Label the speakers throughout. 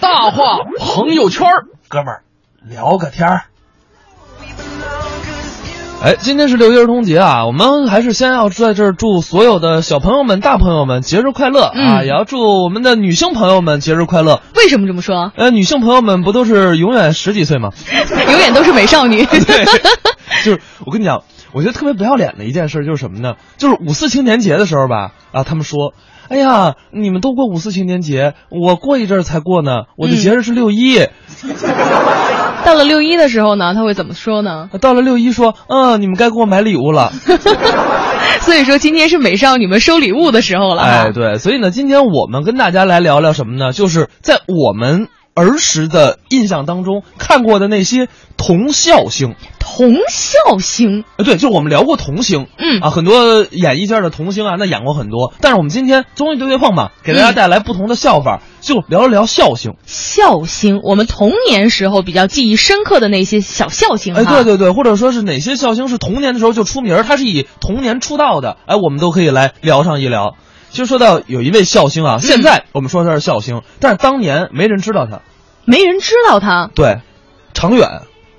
Speaker 1: 大话朋友圈儿
Speaker 2: 哎哥们儿聊个天儿。
Speaker 1: 哎，今天是六一儿童节啊，我们还是先要在这儿祝所有的小朋友们、大朋友们节日快乐、啊！
Speaker 3: 嗯
Speaker 1: 也要祝我们的女性朋友们节日快乐。
Speaker 3: 为什么这么说？
Speaker 1: 呃，女性朋友们不都是永远十几岁吗？
Speaker 3: 永远都是美少女。
Speaker 1: 对，就是我跟你讲，我觉得特别不要脸的一件事就是什么呢？就是五四青年节的时候吧，啊，他们说，哎呀，你们都过五四青年节，我过一阵儿才过呢，
Speaker 3: 嗯
Speaker 1: 我的节日是六一。
Speaker 3: 到了六一的时候呢，他会怎么说呢？
Speaker 1: 到了六一说，嗯，你们该给我买礼物了。
Speaker 3: 所以说今天是美少女们收礼物的时候了哈。
Speaker 1: 哎，对，所以呢，今天我们跟大家来聊聊什么呢？就是在我们儿时的印象当中看过的那些童笑星。
Speaker 3: 童笑星，
Speaker 1: 呃，对，就是我们聊过童星，
Speaker 3: 嗯
Speaker 1: 啊，很多演艺界的童星啊，那演过很多，但是我们今天综艺对对碰嘛，给大家
Speaker 3: 嗯
Speaker 1: 带来不同的笑法，就聊一聊笑星。
Speaker 3: 笑星，我们童年时候比较记忆深刻的那些小笑星哈。
Speaker 1: 哎，对对对，或者说是哪些笑星是童年的时候就出名儿，他是以童年出道的，哎，我们都可以来聊上一聊。其实说到有一位笑星
Speaker 3: 嗯
Speaker 1: 啊，现在我们说他是笑星，但是当年没人知道他，
Speaker 3: 没人知道他
Speaker 1: 对，常远。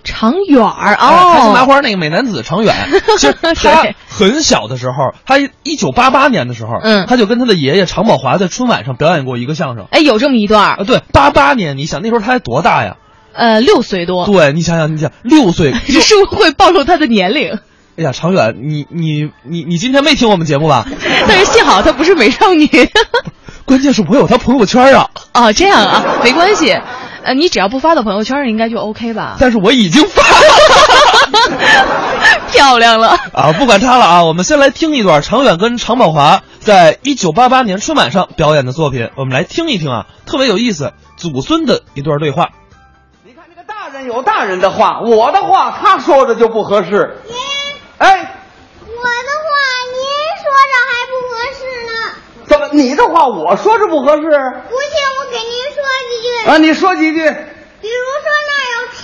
Speaker 3: 常远儿
Speaker 1: 哎开心麻
Speaker 3: 哦，
Speaker 1: 花那个美男子 常远，其实他
Speaker 3: 对
Speaker 1: 很小的时候，他一九八八年的时候，
Speaker 3: 嗯
Speaker 1: 他就跟他的爷爷常宝华在春晚上表演过一个相声。
Speaker 3: 哎，有这么一段
Speaker 1: 啊，
Speaker 3: 儿，
Speaker 1: 对，八八年，你想那时候他才多大呀？
Speaker 3: 呃，六岁多，
Speaker 1: 对，你想想，你 想六岁，
Speaker 3: 这是不是会暴露他的年龄？
Speaker 1: 哎呀，常远，你你你你今天没听我们节目吧？
Speaker 3: 但是幸好她不是美少女
Speaker 1: 关键是我有他朋友圈啊，
Speaker 3: 哦，这样 啊，没关系，呃，你只要不发到朋友圈儿，应该就 OK 吧？
Speaker 1: 但是我已经 发了
Speaker 3: 漂亮了，
Speaker 1: 啊，不管他了啊，我们先来听一段常远跟常宝华在一九八八年春晚上表演的作品，我们来听一听啊，特别有意思，祖孙的一段对话。
Speaker 4: 你看这个大人有大人的话，我的话他说着就不合适。哎，
Speaker 5: 我的话您说着还不合适呢，
Speaker 4: 怎么你的话我说着不合适？
Speaker 5: 不信我给您说几句。
Speaker 4: 啊，你说几句啊，
Speaker 5: 比如说那儿有吃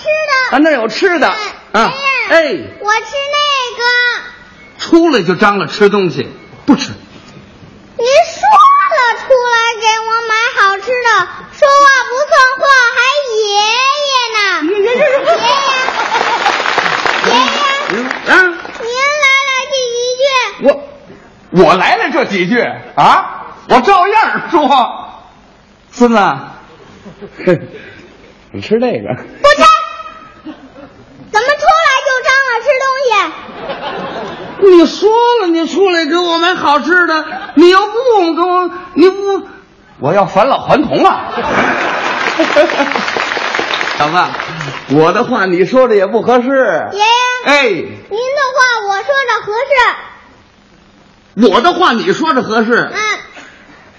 Speaker 5: 的，
Speaker 4: 那儿有吃的啊，
Speaker 5: 哎
Speaker 4: 哎
Speaker 5: 呀，，我吃那个。
Speaker 4: 出来就张罗吃东西，不吃。
Speaker 5: 您说了出来给我买好吃的，说话不算话，还爷爷呢。爷爷，爷爷，
Speaker 4: 嗯啊，
Speaker 5: 您来了第一句，
Speaker 4: 我我来了这几句啊，我照样说。孙子，嘿， 你吃那个？
Speaker 5: 不吃。怎么出来就张罗吃东西？
Speaker 4: 你说了，你出来给我买好吃的，你要不给我，你不，我要返老还童 啊！小子，我的话你说的也不合适。
Speaker 5: 爷爷，
Speaker 4: 哎，
Speaker 5: 您的话我说着合适。
Speaker 4: 我的话你说着合适。
Speaker 5: 嗯，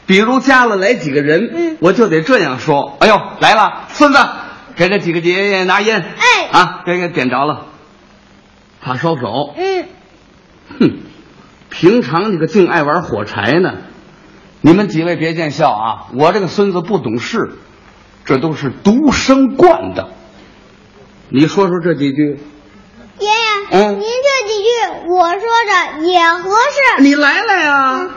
Speaker 4: 比如家里来几个人，
Speaker 5: 嗯
Speaker 4: 我就得这样说：哎呦，来了，孙子，给这几个爷爷拿烟。
Speaker 5: 哎
Speaker 4: 啊，给给点着了，怕烧手。
Speaker 5: 嗯，
Speaker 4: 哼，平常你可净爱玩火柴呢。你们几位别见笑啊，我这个孙子不懂事，这都是独生惯的。你说说这几句，
Speaker 5: 爷爷，
Speaker 4: 嗯
Speaker 5: 您这几句我说着也合适。
Speaker 4: 你来了呀？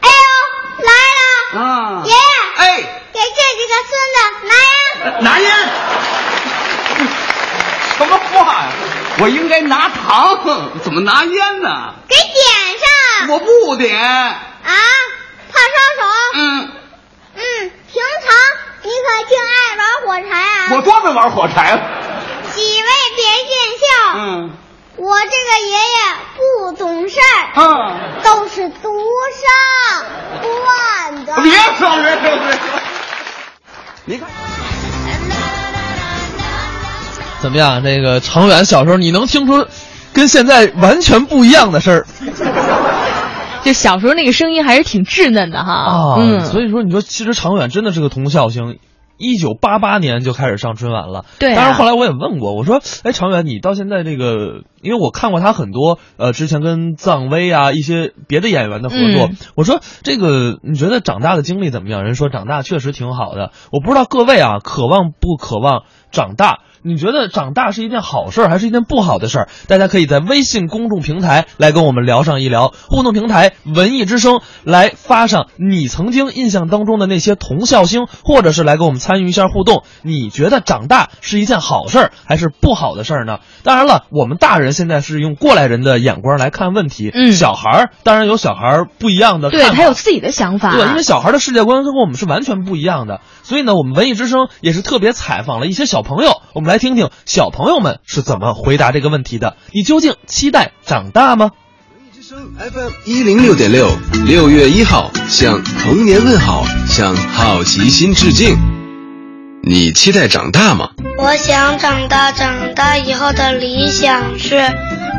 Speaker 5: 哎呦，来了！
Speaker 4: 啊，
Speaker 5: 爷爷，
Speaker 4: 哎，嗯
Speaker 5: 给这几个孙子拿呀！
Speaker 4: 拿烟。什么话呀、我应该拿糖，怎么拿烟呢？
Speaker 5: 给点上
Speaker 4: 我不点。
Speaker 5: 啊！怕烧手。
Speaker 4: 嗯，
Speaker 5: 嗯，平常你可净爱玩火柴
Speaker 4: 我
Speaker 5: 啊！
Speaker 4: 专门玩火柴了。
Speaker 5: 几位别见笑，
Speaker 4: 嗯，
Speaker 5: 我这个爷爷不懂事儿，
Speaker 4: 啊。
Speaker 5: 都是独生惯的。
Speaker 4: 别说，别说，别说。你看，
Speaker 1: 怎么样？这个常远小时候，你能听出跟现在完全不一样的事儿
Speaker 3: 就小时候那个声音还是挺稚嫩的哈。
Speaker 1: 哦
Speaker 3: 嗯，
Speaker 1: 啊所以说，你说其实常远真的是个童笑星。一九八八年就开始上春晚了，
Speaker 3: 对啊
Speaker 1: 当然后来我也问过，我说，哎，常远，你到现在这个，因为我看过他很多，呃，之前跟藏威啊一些别的演员的合作，
Speaker 3: 嗯
Speaker 1: 我说这个你觉得长大的经历怎么样？人说长大确实挺好的，我不知道各位啊，渴望不渴望长大？你觉得长大是一件好事儿还是一件不好的事儿？大家可以在微信公众平台来跟我们聊上一聊。互动平台“文艺之声”来发上你曾经印象当中的那些童笑星，或者是来跟我们参与一下互动。你觉得长大是一件好事儿还是不好的事儿呢？当然了，我们大人现在是用过来人的眼光来看问题，
Speaker 3: 嗯
Speaker 1: 小孩儿当然有小孩儿不一样的看
Speaker 3: 对
Speaker 1: 法
Speaker 3: 他有自己的想法，
Speaker 1: 对，因为小孩的世界观跟我们是完全不一样的，所以呢，我们文艺之声也是特别采访了一些小朋友，我们来听听小朋友们是怎么回答这个问题的。你究竟期待长大吗？
Speaker 6: 之声 FM 一零六点六，六月一号向童年问好，向好奇心致敬。你期待长大吗？
Speaker 5: 我想长大，长大以后的理想是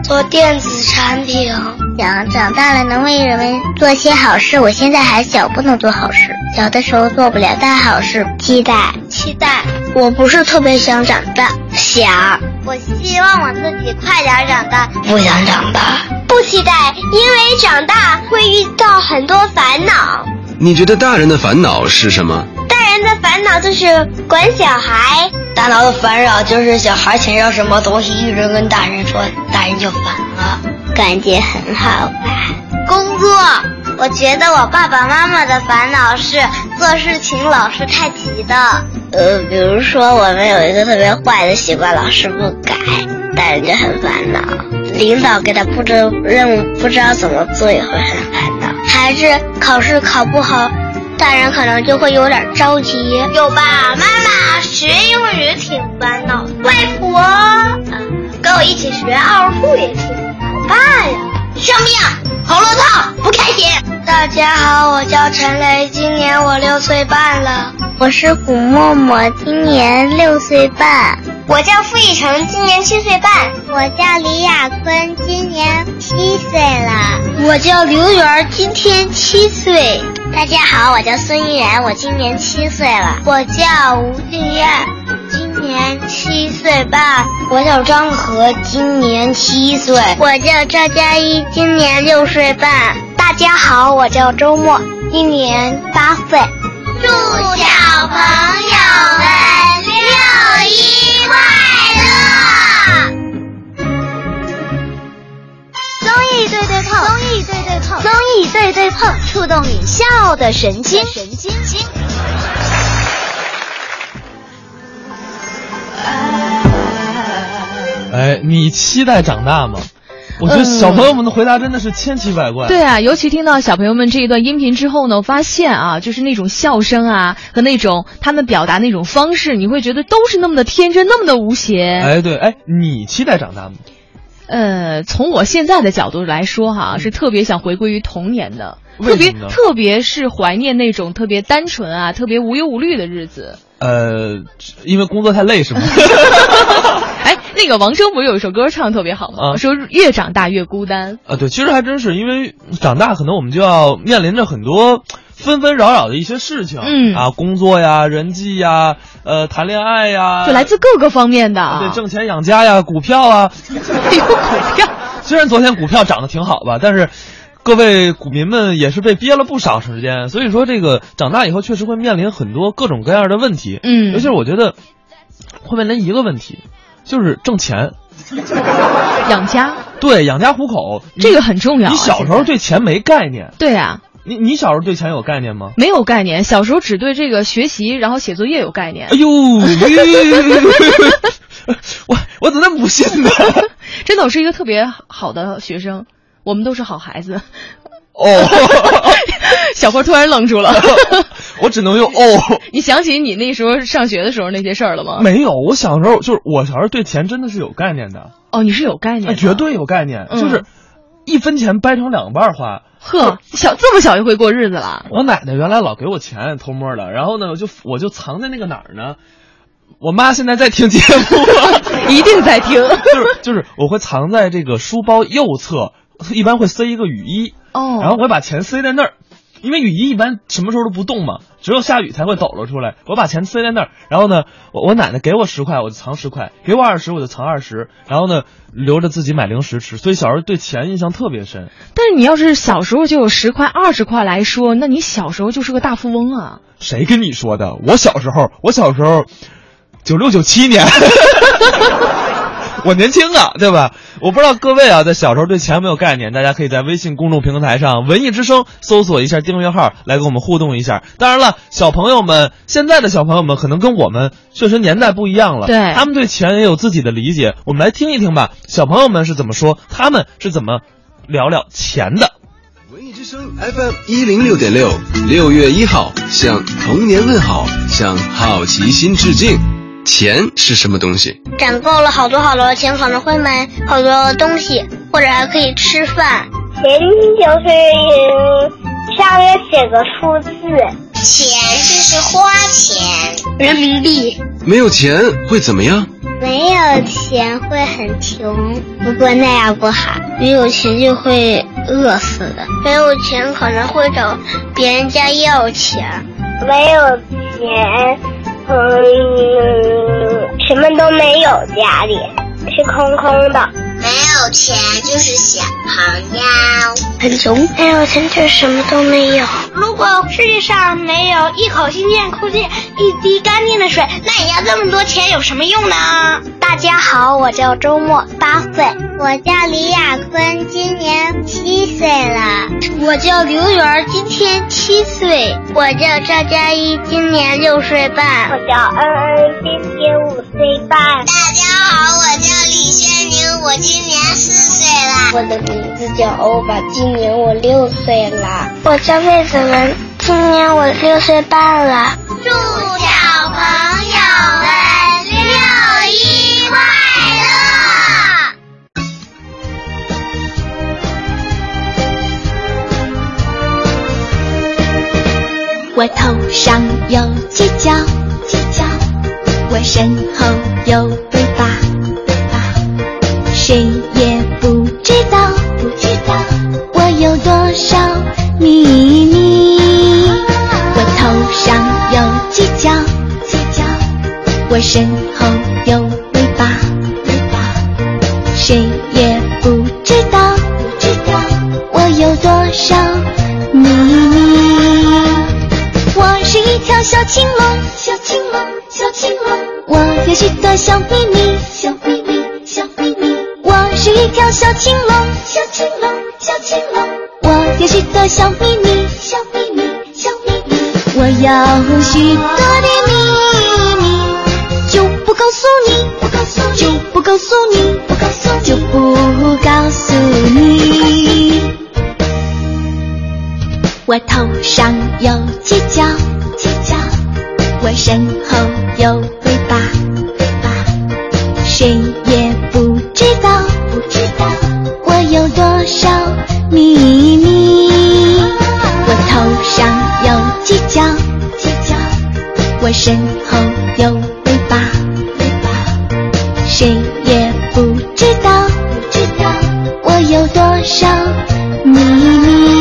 Speaker 5: 做电子产品。想长大了能为人们做些好事。我现在还小，不能做好事，小的时候做不了大好事。期待，期待。我不是特别想长大，想。我希望我自己快点长大。不想长大，不期待，因为长大会遇到很多烦恼。
Speaker 6: 你觉得大人的烦恼是什么？
Speaker 5: 大人的烦恼就是管小孩，
Speaker 7: 大脑的烦扰就是小孩想要什么东西，一直跟大人说，大人就烦了。
Speaker 5: 感觉很好玩。工作，我觉得我爸爸妈妈的烦恼是做事情老是太急的。呃，比如说我们有一个特别坏的习惯，老是不改，大人就很烦恼。领导给他布置任务，不知道怎么做也会很烦恼。孩子考试考不好，大人可能就会有点着急。有爸爸妈妈学英语挺烦恼，外婆、嗯跟我一起学奥数也挺好爸呀！救命！红楼套不开心。大家好，我叫陈雷，今年我六岁半了。我是古默默，今年六岁半。我叫付一成，今年七岁半。我叫李雅坤，今年七岁了。我叫刘媛，今天七岁。大家好，我叫孙依然，我今年七岁了。我叫吴俊燕，今年七岁半。我叫张和，今年七岁。我叫赵佳一，今年六岁半。大家好，我叫周末，今年八岁。祝小朋友们六一快乐！综艺对对碰，综艺对对碰，综艺对对碰，触动你笑的神经，神经经。
Speaker 1: 哎，你期待长大吗？我觉得小朋友们的回答真的是千奇百怪。
Speaker 3: 对啊，尤其听到小朋友们这一段音频之后呢，我发现啊，就是那种笑声啊和那种他们表达那种方式，你会觉得都是那么的天真，那么的无邪。
Speaker 1: 哎，对，哎，你期待长大吗？
Speaker 3: 呃，从我现在的角度来说哈，是特别想回归于童年的，
Speaker 1: 嗯为
Speaker 3: 特别
Speaker 1: 什么呢
Speaker 3: 特别是怀念那种特别单纯啊、特别无忧无虑的日子。
Speaker 1: 呃，因为工作太累是吗？
Speaker 3: 哎，那个王铮不是有一首歌唱的特别好吗？
Speaker 1: 啊
Speaker 3: 说越长大越孤单。
Speaker 1: 啊，对，其实还真是，因为长大可能我们就要面临着很多纷纷扰扰的一些事情，
Speaker 3: 嗯
Speaker 1: 啊，工作呀、人际呀、呃，谈恋爱呀，
Speaker 3: 就来自各个方面的
Speaker 1: 啊
Speaker 3: 啊，
Speaker 1: 对挣钱养家呀、股票啊。
Speaker 3: 有股票，
Speaker 1: 虽然昨天股票涨得挺好吧，但是。各位股民们也是被憋了不少时间，所以说这个长大以后确实会面临很多各种各样的问题，
Speaker 3: 嗯
Speaker 1: 尤其是我觉得会面临一个问题，就是挣钱，
Speaker 3: 养家
Speaker 1: 对养家糊口，
Speaker 3: 这个很重要啊。
Speaker 1: 你小时候
Speaker 3: 现在
Speaker 1: 对钱没概念，
Speaker 3: 对啊，
Speaker 1: 你你小时候对钱有概念吗？
Speaker 3: 没有概念，小时候只对这个学习，然后写作业有概念
Speaker 1: 哎。呦，我 我怎么那么不信呢？
Speaker 3: 真的，我是一个特别好的学生，我们都是好孩子。
Speaker 1: 哦，
Speaker 3: 小霍突然愣住了，
Speaker 1: 我只能用哦。
Speaker 3: 你想起你那时候上学的时候那些事儿了吗？
Speaker 1: 没有，我小时候就是我小时候对钱真的是有概念的，
Speaker 3: 哦，你是有概念的，
Speaker 1: 哎绝对有概念，
Speaker 3: 嗯
Speaker 1: 就是一分钱掰成两半儿花。
Speaker 3: 呵，小这么小就会过日子了。
Speaker 1: 我奶奶原来老给我钱偷摸的，然后呢，我就我就藏在那个哪儿呢？我妈现在在听节目，
Speaker 3: 一定在听
Speaker 1: 就是就是我会藏在这个书包右侧，一般会塞一个雨衣，
Speaker 3: 哦
Speaker 1: 然后我会把钱塞在那儿，因为雨衣一般什么时候都不动嘛，只有下雨才会抖了出来。我把钱塞在那儿，然后呢，我我奶奶给我十块，我就藏十块；给我二十，我就藏二十，然后呢，留着自己买零食吃。所以小时候对钱印象特别深。
Speaker 3: 但是你要是小时候就有十块二十块来说，那你小时候就是个大富翁啊！
Speaker 1: 谁跟你说的？我小时候，我小时候。九六九七年， 我年轻啊，对吧？我不知道各位啊，在小时候对钱有没有概念？大家可以在微信公众平台上“文艺之声”搜索一下订阅号，来跟我们互动一下。当然了，小朋友们，现在的小朋友们可能跟我们确实年代不一样了，
Speaker 3: 对
Speaker 1: 他们对钱也有自己的理解。我们来听一听吧，小朋友们是怎么说，他们是怎么聊聊钱的。
Speaker 6: 文艺之声 FM 一零六点六，六月一号向童年问好，向好奇心致敬。钱是什么东西？
Speaker 5: 攒够了好多好多的钱，可能会买好多东西，或者还可以吃饭。
Speaker 8: 钱就是上面写个数字，
Speaker 5: 钱就是花钱，人民币。
Speaker 6: 没有钱会怎么样？
Speaker 5: 没有钱会很穷，不过那样不好。没有钱就会饿死的。没有钱可能会找别人家要钱。
Speaker 8: 没有钱，嗯，什么都没有，家里是空空的。
Speaker 5: 没有钱就是小朋友，很穷。没有钱就是什么都没有。如果世界上没有一口新鲜空气、一滴干净的水，那你要这么多钱有什么用呢？大家好，我叫周末，八岁。我叫李亚坤，今年七岁了。我叫刘媛，今天七岁。我叫赵佳一，今年六岁半
Speaker 8: 我叫恩恩，今年五岁半。
Speaker 5: 大家好，我叫李轩宁，我今年四岁啦。
Speaker 7: 我的名字叫欧巴，今年我六岁了。
Speaker 5: 我叫魏子文，今年我六岁半了。祝小朋友们六一快乐！
Speaker 9: 我头上有犄角，犄角；我身后有尾巴，尾巴。谁也不知道，不知道我有多少秘密。我头上有犄角，犄角；我身后有尾巴，尾巴。谁也不知道，不知道我有多少秘密。我是一条小青龙，小青龙，小青龙。我有许多小秘密，小秘密，小秘密。我是一条小青龙，小青龙，小青龙。我有许多小秘密，小秘密，小秘密。我有许多的秘密，就不告诉你，不告诉你，就不告诉你，不告诉你，就不告诉你。我头上有犄角，犄角；我身后有尾巴，尾巴。谁也不知道，不知道我有多少秘密。我头上有犄角，犄角；我身后有尾巴，尾巴。谁也不知道，不知道我有多少秘密。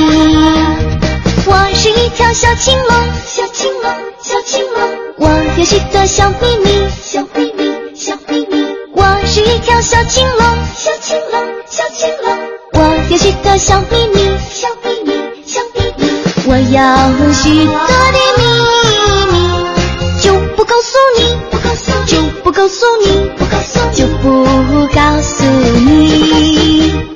Speaker 9: 我是一条小青龙，小青龙，小青龙。我有许多小秘密，小秘密，小秘密。我是一条小青龙，小青龙，小青龙。我有许多小秘密，小秘密，小秘密。我有许多的秘密，就不告诉你，不告诉，就不告诉你，不告诉，就不告诉你。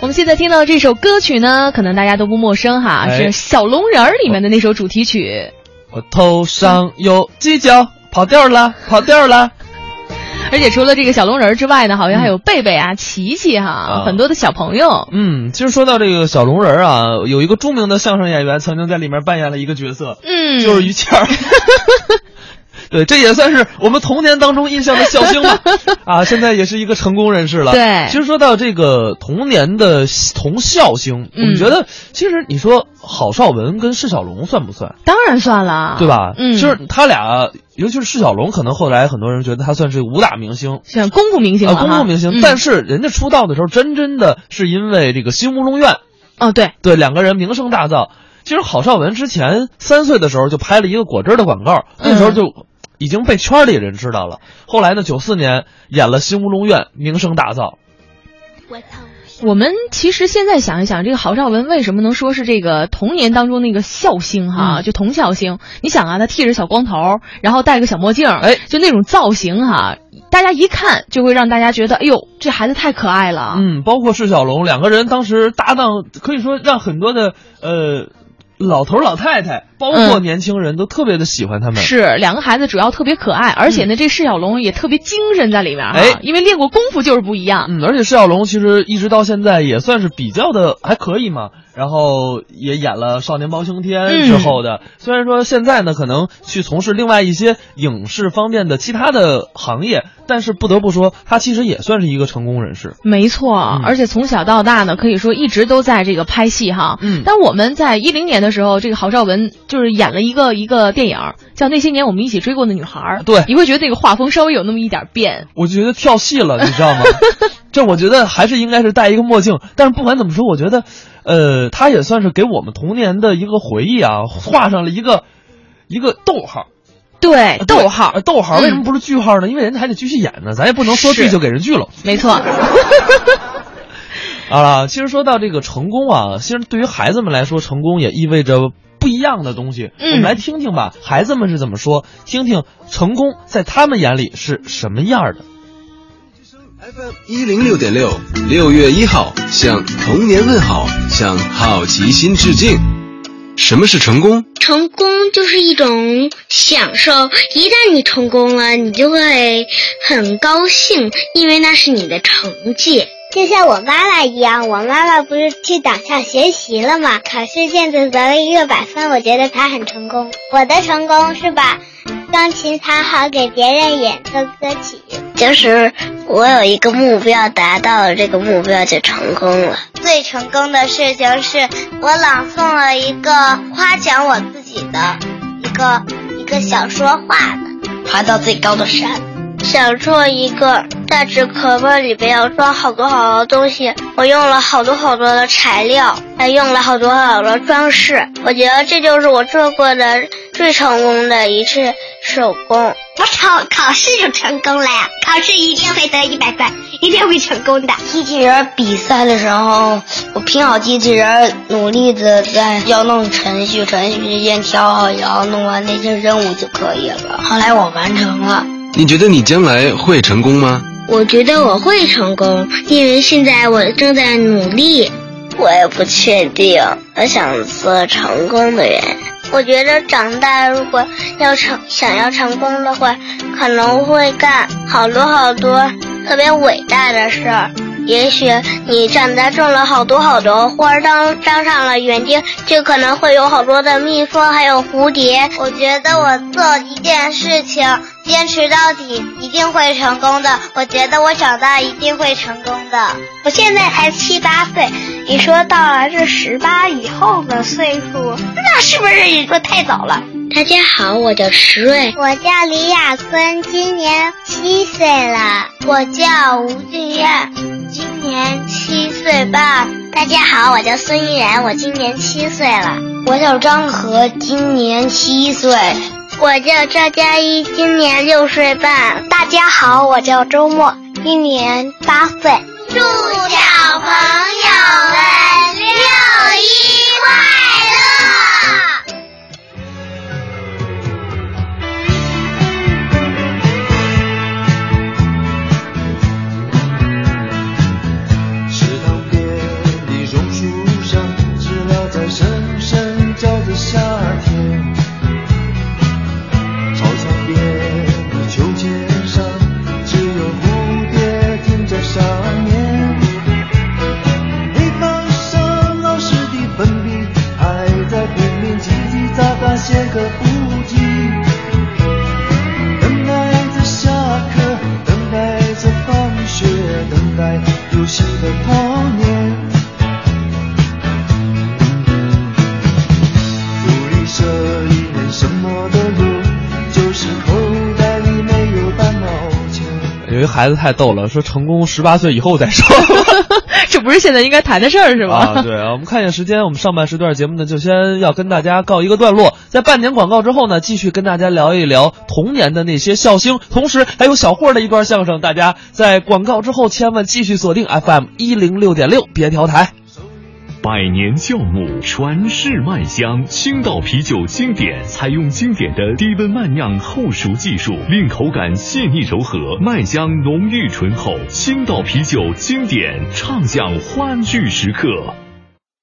Speaker 3: 我们现在听到这首歌曲呢，可能大家都不陌生哈，
Speaker 1: 哎
Speaker 3: 是《小龙人儿》里面的那首主题曲。
Speaker 1: 我头上有犄角，跑调了，跑调了。
Speaker 3: 而且除了这个小龙人儿之外呢，好像还有贝贝啊、琪琪哈、
Speaker 1: 嗯啊
Speaker 3: 很多的小朋友。
Speaker 1: 嗯，其实说到这个小龙人儿啊，有一个著名的相声演员曾经在里面扮演了一个角色，
Speaker 3: 嗯，
Speaker 1: 就是于谦儿。对，这也算是我们童年当中印象的笑星 吧。啊，现在也是一个成功人士了。
Speaker 3: 对
Speaker 1: 其实说到这个童年的童笑星，我
Speaker 3: 嗯
Speaker 1: 们觉得其实你说郝邵文跟释小龙算不算？
Speaker 3: 当然算了，
Speaker 1: 对吧？
Speaker 3: 啊嗯，
Speaker 1: 就是他俩，尤其是释小龙，可能后来很多人觉得他算是武打明星。
Speaker 3: 选功夫嗯明星
Speaker 1: 啊，
Speaker 3: 嘛
Speaker 1: 公
Speaker 3: 哈
Speaker 1: 众明星，
Speaker 3: 嗯
Speaker 1: 但是人家出道的时候，真真的是因为这个《新乌龙院》，
Speaker 3: 哦对，
Speaker 1: 对两个人名声
Speaker 3: 嗯
Speaker 1: 大噪。其实郝邵文之前三岁的时候就拍了一个果汁儿的广告，那时候就已经被圈里人知道了。后来呢，九四年演了《新乌龙院》，名声大噪。
Speaker 3: 我们其实现在想一想，这个郝邵文为什么能说是这个童年当中那个笑星哈、
Speaker 1: 嗯
Speaker 3: 就童笑星？你想啊，他剃着小光头，然后戴个小墨镜，
Speaker 1: 哎，
Speaker 3: 就那种造型哈、大家一看就会让大家觉得，哎呦，这孩子太可爱了。
Speaker 1: 嗯，包括释小龙两个人当时搭档，可以说让很多的呃老头儿老太太，包括
Speaker 3: 嗯
Speaker 1: 年轻人都特别的喜欢他们。
Speaker 3: 是两个孩子主要特别可爱，而且呢，这释小龙也特别精神在里面哈，
Speaker 1: 嗯哎
Speaker 3: 因为练过功夫就是不一样。
Speaker 1: 嗯，而且释小龙其实一直到现在也算是比较的还可以嘛，然后也演了《少年包青天》之后的，虽然说现在呢可能去从事另外一些影视方面的其他的行业，但是不得不说他其实也算是一个成功人士。
Speaker 3: 没错，
Speaker 1: 嗯
Speaker 3: 而且从小到大呢，可以说一直都在这个拍戏哈。
Speaker 1: 嗯
Speaker 3: 但我们在一零年的时候，这个郝邵文就是演了一个一个电影儿，叫《那些年我们一起追过的女孩》。
Speaker 1: 对
Speaker 3: 你会觉得这个画风稍微有那么一点变。
Speaker 1: 我觉得跳戏了，你知道吗？ 这我觉得还是应该是戴一个墨镜，但是不管怎么说，我觉得，呃，他也算是给我们童年的一个回忆啊，画上了一个一个逗号。
Speaker 3: 对，
Speaker 1: 对
Speaker 3: 逗号，
Speaker 1: 呃逗号
Speaker 3: 嗯
Speaker 1: 为什么不是句号呢？因为人家还得继续演呢，咱也不能说
Speaker 3: 是
Speaker 1: 剧就给人剧了。
Speaker 3: 没错。
Speaker 1: 啊，其实说到这个成功啊，其实对于孩子们来说，成功也意味着不一样的东西。
Speaker 3: 嗯
Speaker 1: 我们来听听吧，孩子们是怎么说，听听成功在他们眼里是什么样的。
Speaker 6: 一零六点六，六月一号向童年问好，向好奇心致敬。什么是成功？
Speaker 9: 成功就是一种享受，一旦你成功了，你就会很高兴，因为那是你的成绩。
Speaker 5: 就像我妈妈一样，我妈妈不是去党校学习了嘛？考试卷子得了一个百分，我觉得她很成功。我的成功是把钢琴弹好给别人演奏歌曲。
Speaker 9: 就是我有一个目标，达到了这个目标就成功了。
Speaker 5: 最成功的事情是我朗诵了一个夸奖我自己的一个一个小说话的。
Speaker 10: 爬到最高的山。
Speaker 9: 想做一个大纸壳儿，里边要装好多好多东西。我用了好多好多的材料，还用了好多好多装饰。我觉得这就是我做过的最成功的一次手工。
Speaker 5: 我考考试就成功了呀！考试一定会得一百分，一定会成功的。
Speaker 10: 机器人比赛的时候，我拼好机器人，努力的在要弄程序，程序之间调好，然后弄完那些任务就可以了。后来我完成了。
Speaker 6: 你觉得你将来会成功吗？
Speaker 9: 我觉得我会成功，因为现在我正在努力。我也不确定，我想做成功的人。我觉得长大如果要成想要成功的话，可能会干好多好多特别伟大的事儿。也许你长大种了好多好多花儿，当当上了园丁，就可能会有好多的蜜蜂，还有蝴蝶。
Speaker 5: 我觉得我做一件事情坚持到底，一定会成功的。我觉得我长大一定会成功的。我现在才七八岁，你说到了这十八以后的岁数，那是不是说太早了？
Speaker 9: 大家好，我叫石瑞，
Speaker 5: 我叫李亚坤，今年七岁了。我叫吴俊彦，今年七岁半。大家好，我叫孙依然，我今年七岁了。
Speaker 10: 我叫张和，今年七岁。
Speaker 5: 我叫赵佳一，今年六岁半。大家好，我叫周末，今年八岁。祝小朋友们六一快乐！
Speaker 11: 池塘边的榕树上，知了在声声叫着夏天。操场边的秋千上，只有蝴蝶停在上面。黑板上老师的粉笔还在拼命叽叽喳喳写个不停。等待着下课，等待着放学，等待游戏的童年。福利社一年什么的路，就是口袋里没有半毛钱。
Speaker 1: 有一孩子太逗了，说成功十八岁以后再说。
Speaker 3: 这不是现在应该谈的事儿是吧？
Speaker 1: 啊，对啊，我们看一眼时间，我们上半时段节目呢，就先要跟大家告一个段落。在半年广告之后呢，继续跟大家聊一聊童年的那些笑星，同时还有小霍的一段相声。大家在广告之后千万继续锁定 FM 一零六点六，别调台。
Speaker 12: 百年酵母，传世麦香，青岛啤酒经典，采用经典的低温慢酿后熟技术，令口感细腻柔和，麦香浓郁醇厚。青岛啤酒经典，畅享欢聚时刻。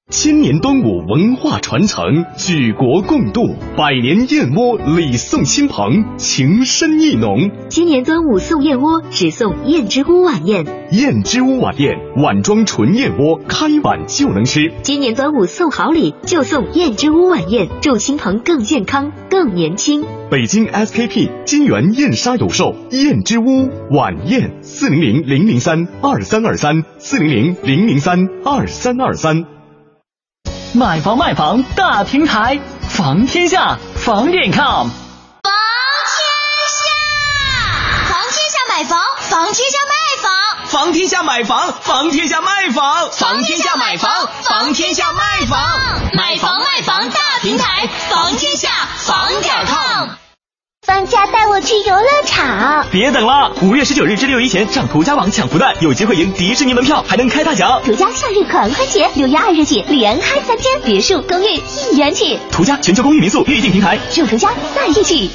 Speaker 13: 千年端午文化传承，举国共度；百年燕窝礼送新朋，情深意浓。
Speaker 14: 今年端午送燕窝，只送燕之屋晚宴。
Speaker 13: 燕之屋晚宴，碗装纯燕窝，开碗就能吃。
Speaker 14: 今年端午送好礼，就送燕之屋晚宴，祝新朋更健康、更年轻。
Speaker 13: 北京 SKP 金源燕莎有售，燕之屋晚宴，四零零零零三二三二三，四零零零零三二三二三。
Speaker 15: 买房卖房大平台，房天下，房点 com。
Speaker 16: 房天下，房天下买房，房天下卖房，
Speaker 17: 房天下买房，房天下卖房，
Speaker 18: 房天下买房，房天下卖房，
Speaker 16: 买房卖房大平台，房天下，房点 com。
Speaker 19: 放假带我去游乐场！
Speaker 15: 别等了，五月十九日至六一前上途家网抢福袋，有机会赢迪士尼门票，还能开大奖！
Speaker 19: 途家夏日狂欢节，六月二日起连开三天，别墅、公寓一元起。
Speaker 15: 途家全球公寓民宿预订平台，
Speaker 19: 住途家在一起。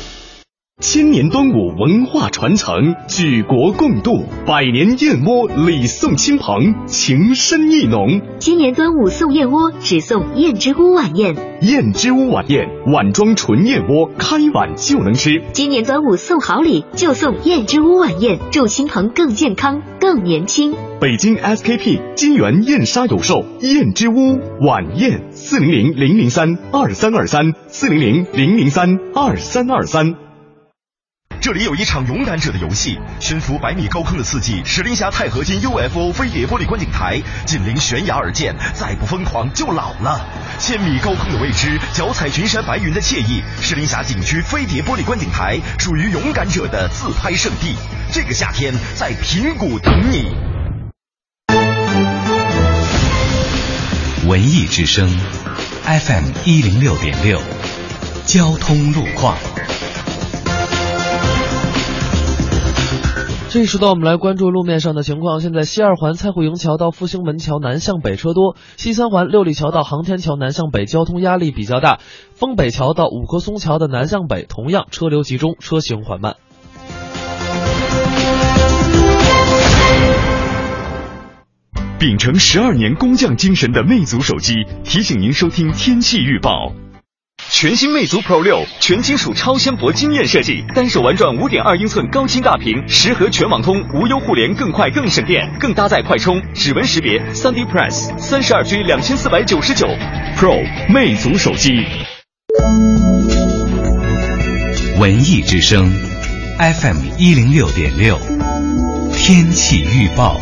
Speaker 13: 千年端午文化传承，举国共度；百年燕窝礼送亲朋，情深意浓。
Speaker 14: 今年端午送燕窝，只送燕之屋晚宴。
Speaker 13: 燕之屋晚宴，碗装纯燕窝，开碗就能吃。
Speaker 14: 今年端午送好礼，就送燕之屋晚宴，祝亲朋更健康、更年轻。
Speaker 13: 北京 SKP 金源燕莎有售，燕之屋晚宴，四零零零零三二三二三，四零零零零三二三二三。
Speaker 20: 这里有一场勇敢者的游戏，悬浮百米高空的刺激，石林峡钛合金 UFO 飞野玻璃观景台，紧邻悬崖而建，再不疯狂就老了。千米高空的未知，脚踩群山白云的惬意，石林峡景区飞碟玻璃观景台属于勇敢者的自拍圣地。这个夏天在平谷等你。
Speaker 6: 文艺之声，FM 一零六点六，交通路况。
Speaker 1: 这一时段，我们来关注路面上的情况。现在西二环蔡户营桥到复兴门桥南向北车多，西三环六里桥到航天桥南向北交通压力比较大，丰北桥到五棵松桥的南向北同样车流集中，车行缓慢。
Speaker 12: 秉承十二年工匠精神的魅族手机提醒您收听天气预报。全新魅族 Pro 六，全金属超纤薄惊艳设计，单手玩转五点二英寸高清大屏，十核全网通，无忧互联，更快更省电，更搭载快充、指纹识别、3D Press，三十二 G 两千四百九十九，Pro 魅族手机。
Speaker 6: 文艺之声，FM 一零六点六，天气预报。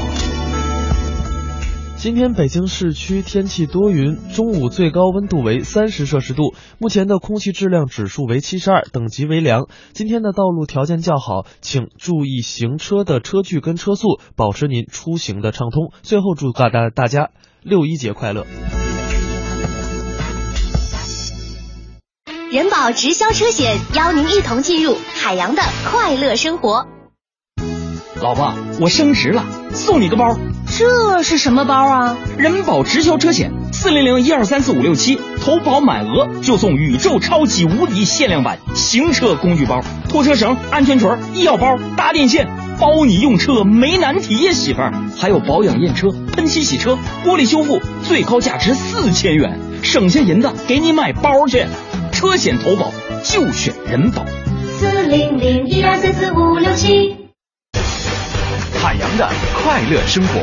Speaker 1: 今天北京市区天气多云，中午最高温度为三十摄氏度，目前的空气质量指数为七十二，等级为良。今天的道路条件较好，请注意行车的车距跟车速，保持您出行的畅通。最后祝大大大家六一节快乐！
Speaker 14: 人保直销车险邀您一同进入海洋的快乐生活。
Speaker 21: 老婆，我升职了，送你个包。
Speaker 22: 这是什么包啊？
Speaker 21: 人保直销车险，四零零一二三四五六七，投保满额就送宇宙超级无敌限量版行车工具包，拖车绳、安全锤、医药包、搭电线，包你用车没难题呀，媳妇儿。还有保养验车、喷漆洗车、玻璃修复，最高价值四千元，省下银子给你买包去。车险投保就选人保，
Speaker 14: 四零零一二三四五六七。
Speaker 6: 海洋的快乐生活。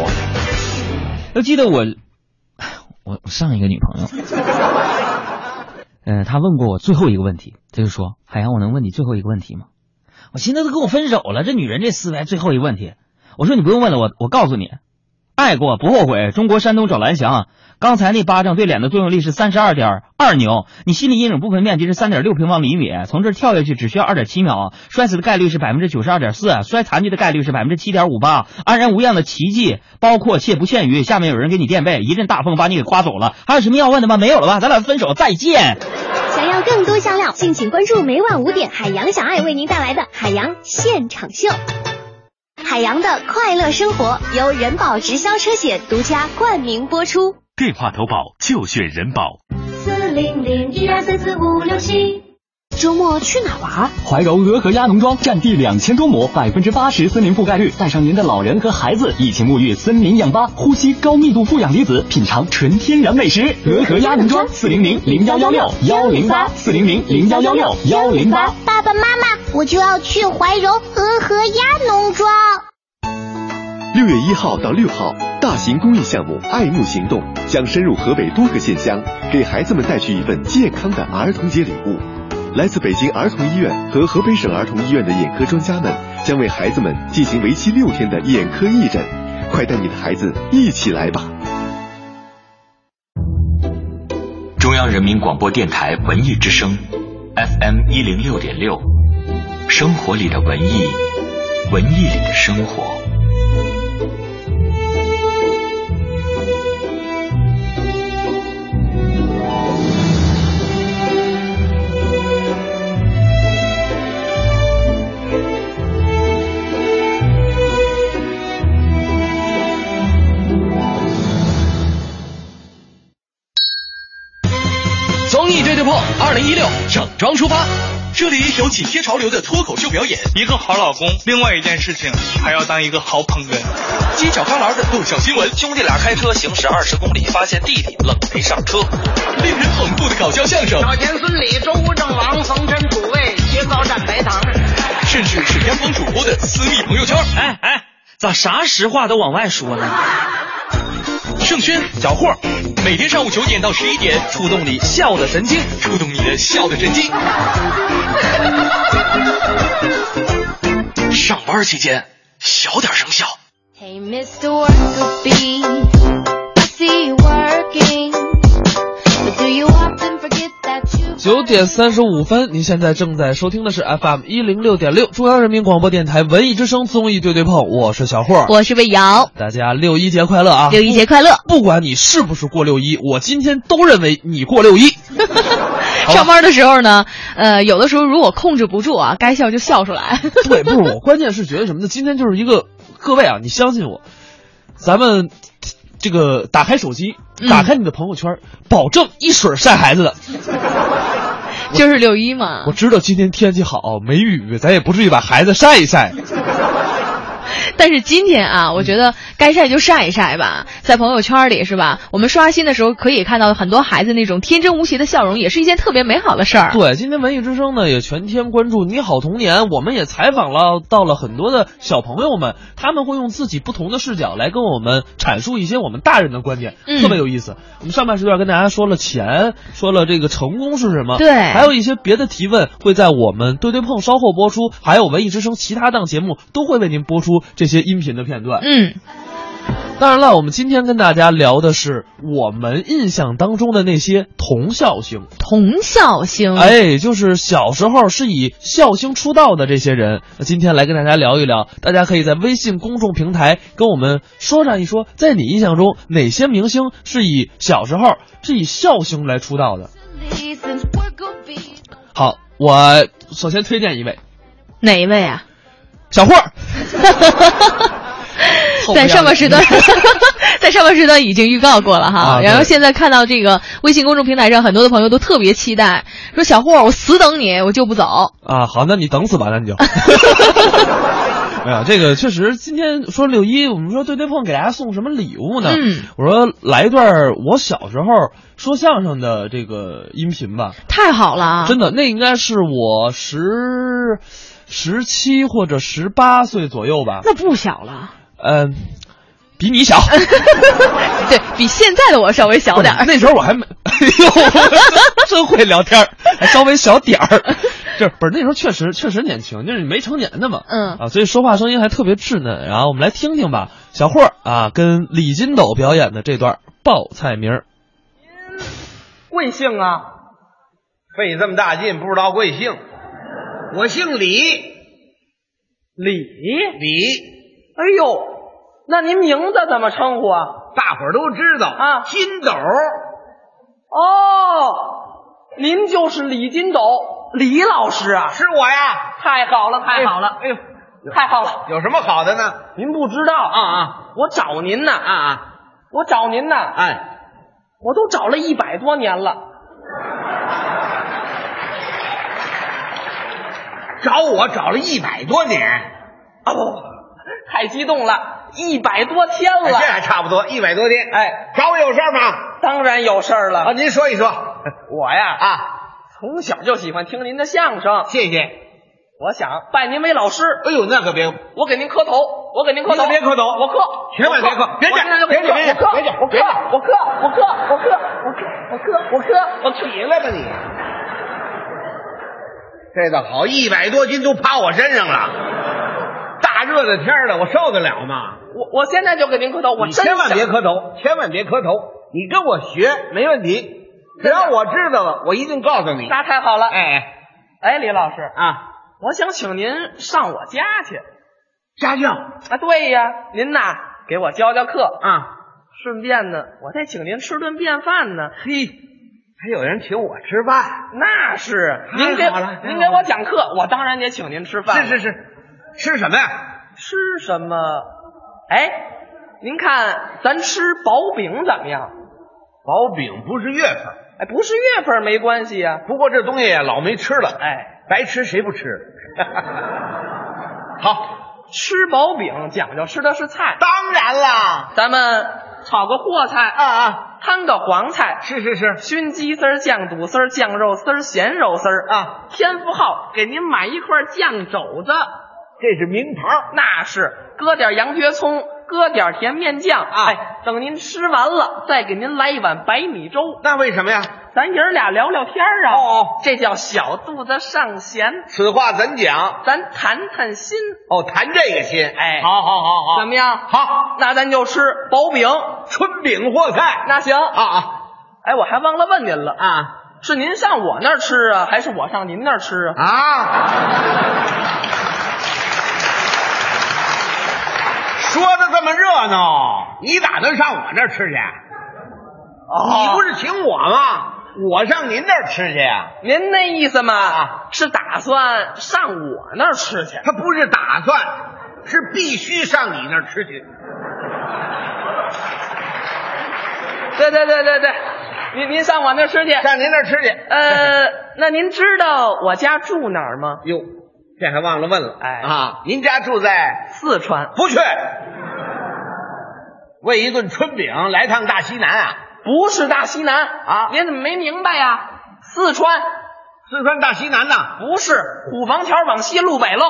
Speaker 21: 都记得我，我我上一个女朋友，嗯、呃，她问过我最后一个问题，她就说：“海洋，我能问你最后一个问题吗？”我寻思都跟我分手了，这女人这思维最后一个问题，我说你不用问了，我我告诉你，
Speaker 23: 爱过不后悔。中国山东找蓝翔，刚才那巴掌对脸的作用力是三十二点二牛，你心理阴影部分面积是三点六平方厘米，从这儿跳下去只需要二点七秒，摔死的概率是百分之九十二点四，摔残疾的概率是百分之七点五八。安然无恙的奇迹，包括且不限于下面有人给你垫背，一阵大风把你给刮走了。还有什么要问的吗？没有了吧？咱俩分手，再见。
Speaker 9: 想要更多笑料，敬请关注每晚五点海洋小爱为您带来的海洋现场秀。海洋的快乐生活由人保直销车险独家冠名播出。
Speaker 13: 电话投保就选人保。
Speaker 9: 四零零一二三四五六七。周末去哪玩？
Speaker 24: 啊怀柔鹅和鸭农庄占地两千多亩，百分之八十森林覆盖率，带上您的老人和孩子一起沐浴森林氧吧，呼吸高密度负氧离子，品尝纯天然美食。鹅和鸭农庄四零零零幺幺六幺零八四零零零幺幺六幺零八。
Speaker 5: 爸爸妈妈，我就要去怀柔鹅和鸭农庄。
Speaker 13: 六月一号到六号，大型公益项目“爱慕行动”将深入河北多个县乡，给孩子们带去一份健康的儿童节礼物。来自北京儿童医院和河北省儿童医院的眼科专家们将为孩子们进行为期六天的眼科义诊。快带你的孩子一起来吧！
Speaker 25: 中央人民广播电台文艺之声，FM 一零六点六，生活里的文艺，文艺里的生活。
Speaker 21: 综艺对对碰，二零一六整装出发。这里有紧贴潮流的脱口秀表演，
Speaker 26: 一个好老公，另外一件事情还要当一个好捧哏。
Speaker 21: 犄角旮旯的逗笑新闻，
Speaker 27: 兄弟俩开车行驶二十公里，发现弟弟冷没上车。
Speaker 21: 令人捧腹的搞笑相声，
Speaker 2: 脑前孙李，周吴郑王，冯陈楚卫，薛高占白糖，
Speaker 21: 甚至是央广主播的私密朋友圈。
Speaker 26: 哎哎，咋啥实话都往外说呢？
Speaker 21: 盛轩，小霍，每天上午九点到十一点，触动你笑的神经，触动你的笑的神经。上班期间小点声笑。
Speaker 11: Hey, Mr. Workerbee, I see you working, but do you often forget that you?
Speaker 1: 九点三十五分，您现在正在收听的是 FM 一零六点六，中央人民广播电台文艺之声综艺对对碰，我是小霍，
Speaker 3: 我是魏瑶，
Speaker 1: 大家六一节快乐啊！
Speaker 3: 六一节快乐！
Speaker 1: 不管你是不是过六一，我今天都认为你过六一。
Speaker 3: 上班的时候呢，呃，有的时候如果控制不住啊，该笑就笑出来。
Speaker 1: 对，不是我，关键是觉得什么呢？今天就是一个，各位啊，你相信我，咱们这个打开手机，
Speaker 3: 嗯
Speaker 1: 打开你的朋友圈，保证一水儿晒孩子的。
Speaker 3: 就是六一嘛。
Speaker 1: 我知道今天天气好，没雨，咱也不至于把孩子晒一晒。
Speaker 3: 但是今天啊，我觉得该晒就晒一晒吧，在朋友圈里是吧？我们刷新的时候可以看到很多孩子那种天真无邪的笑容，也是一件特别美好的事儿。
Speaker 1: 对，今天文艺之声呢也全天关注“你好童年”，我们也采访了到了很多的小朋友们，他们会用自己不同的视角来跟我们阐述一些我们大人的观点，
Speaker 3: 嗯
Speaker 1: 特别有意思。我们上半时段跟大家说了钱，说了这个成功是什么，
Speaker 3: 对
Speaker 1: 还有一些别的提问会在我们对对碰稍后播出，还有文艺之声其他档节目都会为您播出这些音频的片段。
Speaker 3: 嗯，
Speaker 1: 当然了，我们今天跟大家聊的是我们印象当中的那些童笑星。
Speaker 3: 童笑星，
Speaker 1: 哎，就是小时候是以笑星出道的这些人，那今天来跟大家聊一聊。大家可以在微信公众平台跟我们说上一说，在你印象中哪些明星是以小时候是以笑星来出道的？好，我首先推荐一位
Speaker 3: 哪一位啊？
Speaker 1: 小霍儿，
Speaker 3: 在上半时段， 在上半时段已经预告过了哈。
Speaker 1: 啊对
Speaker 3: 然后现在看到这个微信公众平台上，很多的朋友都特别期待，说小霍，我死等你，我就不走。
Speaker 1: 啊，好，那你等死吧，那你 就。哎呀，这个确实，今天说六一，我们说对对碰给大家送什么礼物呢？
Speaker 3: 嗯，
Speaker 1: 我说来一段我小时候说相声的这个音频吧。
Speaker 3: 太好了啊，
Speaker 1: 真的，那应该是我十十七或者十八岁左右吧。
Speaker 3: 那不小了，
Speaker 1: 嗯、比你小，
Speaker 3: 对比现在的我稍微小点儿。
Speaker 1: 那时候我还没，真会聊天儿，还稍微小点儿。就是不是那时候确实确实年轻，就是没成年的嘛，
Speaker 3: 嗯
Speaker 1: 啊，所以说话声音还特别稚嫩。然后我们来听听吧，小霍儿啊跟李金斗表演的这段报菜名儿。
Speaker 2: 贵姓啊？
Speaker 4: 费这么大劲，不知道贵姓？
Speaker 2: 我姓李，李
Speaker 4: 李，
Speaker 2: 哎呦，那您名字怎么称呼啊？
Speaker 4: 大伙儿都知道
Speaker 2: 啊
Speaker 4: 金斗，
Speaker 2: 哦，您就是李金斗，李老师啊？
Speaker 4: 是我呀！
Speaker 2: 太好了，太好了，哎呦，太好了！
Speaker 4: 有什么好的呢？
Speaker 2: 您不知道啊啊，我找您呢啊啊，我找您呢，
Speaker 4: 哎，
Speaker 2: 我都找了一百多年了，
Speaker 4: 找我找了一百多年，
Speaker 2: 啊不，太激动了，一百多天
Speaker 4: 哎这
Speaker 2: 了，
Speaker 4: 还差不多一百多天。
Speaker 2: 哎，
Speaker 4: 找我有事儿吗？
Speaker 2: 当然有事儿了
Speaker 4: 啊，您说一说。
Speaker 2: 我呀
Speaker 4: 啊，
Speaker 2: 从小就喜欢听您的相声，
Speaker 4: 谢谢。
Speaker 2: 我想拜您为老师，
Speaker 4: 哎呦，那可别，
Speaker 2: 我给您磕头，我给您磕头，
Speaker 4: 您可别磕头
Speaker 2: 我磕，
Speaker 4: 千万别磕别这
Speaker 2: 我
Speaker 4: 样
Speaker 2: 现在就给
Speaker 21: 别这
Speaker 2: 磕
Speaker 21: 别这
Speaker 2: 我磕，
Speaker 21: 别这
Speaker 2: 我
Speaker 21: 别
Speaker 2: 磕
Speaker 21: 这，
Speaker 2: 我磕，我磕，我磕，我磕，我磕，我磕，我磕，
Speaker 4: 起来吧你。这倒好，一百多斤都趴我身上了。大热的天儿的，我受得了吗？
Speaker 2: 我我现在就给您磕头，我
Speaker 21: 你
Speaker 2: 真
Speaker 4: 千万别
Speaker 2: 想，
Speaker 4: 磕头，千万别磕头。你跟我学没问题，只要我知道了，我一定告诉你。
Speaker 2: 那太好了，
Speaker 4: 哎
Speaker 2: 哎，李老师，
Speaker 4: 啊，
Speaker 2: 我想请您上我家去
Speaker 4: 家教
Speaker 2: 啊，对呀，您呐给我教教课，
Speaker 4: 啊，
Speaker 2: 顺便呢我再请您吃顿便饭呢，
Speaker 4: 嘿，还有人请我吃饭，
Speaker 2: 那是您给
Speaker 4: 太好了太好了
Speaker 2: 您给我讲课，我当然也请您吃饭了，
Speaker 4: 是是是，吃什么呀？
Speaker 2: 吃什么？哎，您看咱吃薄饼怎么样？
Speaker 4: 薄饼不是月份，
Speaker 2: 哎，不是月份没关系呀、
Speaker 4: 不过这东西老没吃了，
Speaker 2: 哎，
Speaker 4: 白吃谁不吃？ 好，
Speaker 2: 吃薄饼讲究吃的是菜，
Speaker 4: 当然啦，
Speaker 2: 咱们炒个和菜，
Speaker 4: 啊啊，
Speaker 2: 摊个黄菜，
Speaker 4: 是是是，
Speaker 2: 熏鸡丝儿、酱肚丝儿、酱肉丝儿、咸肉丝儿
Speaker 4: 啊。
Speaker 2: 天福号给您买一块酱肘子，
Speaker 4: 这是名牌，
Speaker 2: 那是搁点洋蕨葱，搁点甜面酱
Speaker 4: 啊
Speaker 2: 哎，等您吃完了，再给您来一碗白米粥，
Speaker 4: 那为什么呀？
Speaker 2: 咱爷儿俩聊聊天儿啊。
Speaker 4: 哦，
Speaker 2: 这叫小肚子上弦，
Speaker 4: 此话怎讲？
Speaker 2: 咱谈谈心，
Speaker 4: 哦，谈这个心，
Speaker 2: 哎
Speaker 4: 好好好好，
Speaker 2: 怎么样？
Speaker 4: 好，
Speaker 2: 那咱就吃薄饼。
Speaker 4: 春饼和菜，
Speaker 2: 那行，
Speaker 4: 啊啊
Speaker 2: 哎，我还忘了问您了，
Speaker 4: 啊
Speaker 2: 是您上我那儿吃啊，还是我上您那儿吃啊？
Speaker 4: 啊！说的这么热闹，你打算上我那儿吃去？
Speaker 2: 哦
Speaker 4: 你不是请我吗？我上您那儿吃去呀？
Speaker 2: 您那意思嘛，是打算上我那儿吃去？
Speaker 4: 他不是打算，是必须上你那儿吃去。
Speaker 2: 对对对对对，您您上我那儿吃去。
Speaker 4: 上您那儿吃去。
Speaker 2: 呃，那您知道我家住哪儿吗？
Speaker 4: 哟，这还忘了问了。
Speaker 2: 哎
Speaker 4: 啊，您家住在？
Speaker 2: 四川，
Speaker 4: 不去。为一顿春饼来趟大西南啊？
Speaker 2: 不是大西南
Speaker 4: 啊
Speaker 2: 您怎么没明白呀、四川
Speaker 4: 四川大西南呐，
Speaker 2: 不是虎坊桥往西路北喽，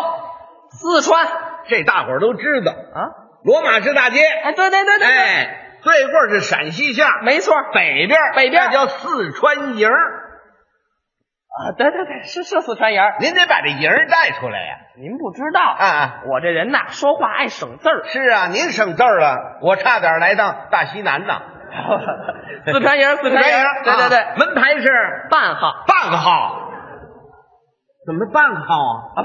Speaker 2: 四川
Speaker 4: 这大伙儿都知道。
Speaker 2: 啊，
Speaker 4: 罗马市大街，
Speaker 2: 哎，对对对对对，
Speaker 4: 哎，对过是陕西巷，
Speaker 2: 没错，
Speaker 4: 北边
Speaker 2: 北边
Speaker 4: 那叫四川营儿。
Speaker 2: 啊，对对对，是是四川人。
Speaker 4: 您得把这营儿带出来呀、
Speaker 2: 您不知道
Speaker 4: 啊啊
Speaker 2: 我这人呐，说话爱省字儿。
Speaker 4: 是啊，您省字儿了，我差点来趟大西南呢。
Speaker 2: 四川人，四川人，对对
Speaker 4: 啊
Speaker 2: 对，
Speaker 4: 门牌是
Speaker 2: 半号
Speaker 4: 半个号，怎么半个号啊？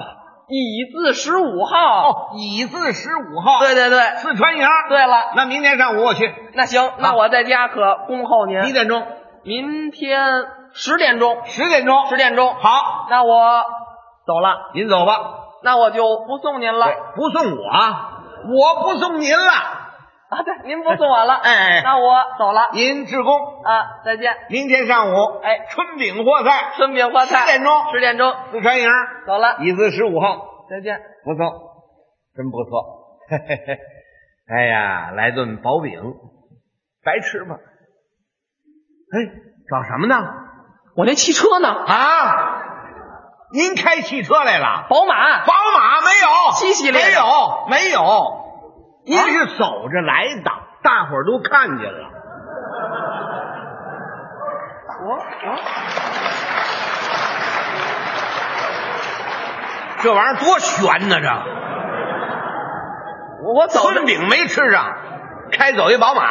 Speaker 2: 以字十五号。
Speaker 4: 哦，乙字十五号，
Speaker 2: 对对对，
Speaker 4: 四川营。
Speaker 2: 对了，
Speaker 4: 那明天上午我去啊
Speaker 2: 那行，那我在家可恭候您。
Speaker 4: 几点钟？
Speaker 2: 明天十点钟，
Speaker 4: 十点钟。
Speaker 2: 十点钟。
Speaker 4: 好，
Speaker 2: 那我走了，
Speaker 4: 您走吧。
Speaker 2: 那我就不送您了
Speaker 4: 对，不送我，啊我不送您了。
Speaker 2: 啊。对，您不送我了，
Speaker 4: 哎哎
Speaker 2: 那我走了
Speaker 4: 您志工，
Speaker 2: 啊，再见。
Speaker 4: 明天上午，
Speaker 2: 哎
Speaker 4: 春饼和菜，
Speaker 2: 春饼花菜，
Speaker 4: 10点钟
Speaker 2: 十点钟
Speaker 4: 四川营，
Speaker 2: 走了，
Speaker 4: 乙字十五号，
Speaker 2: 再见。
Speaker 4: 不错，真不错。嘿嘿嘿，哎呀，来顿薄饼，白吃吧。哎，找什么呢？
Speaker 2: 我那汽车呢？
Speaker 4: 啊，您开汽车来了？
Speaker 2: 宝马，
Speaker 4: 宝马没有，
Speaker 2: 七系列的
Speaker 4: 没有，没有。您是走着来的，大伙儿都看见了。
Speaker 2: 我
Speaker 4: 这玩意儿多悬呢、这我我
Speaker 2: 走着
Speaker 4: 春饼没吃上，开走一宝马。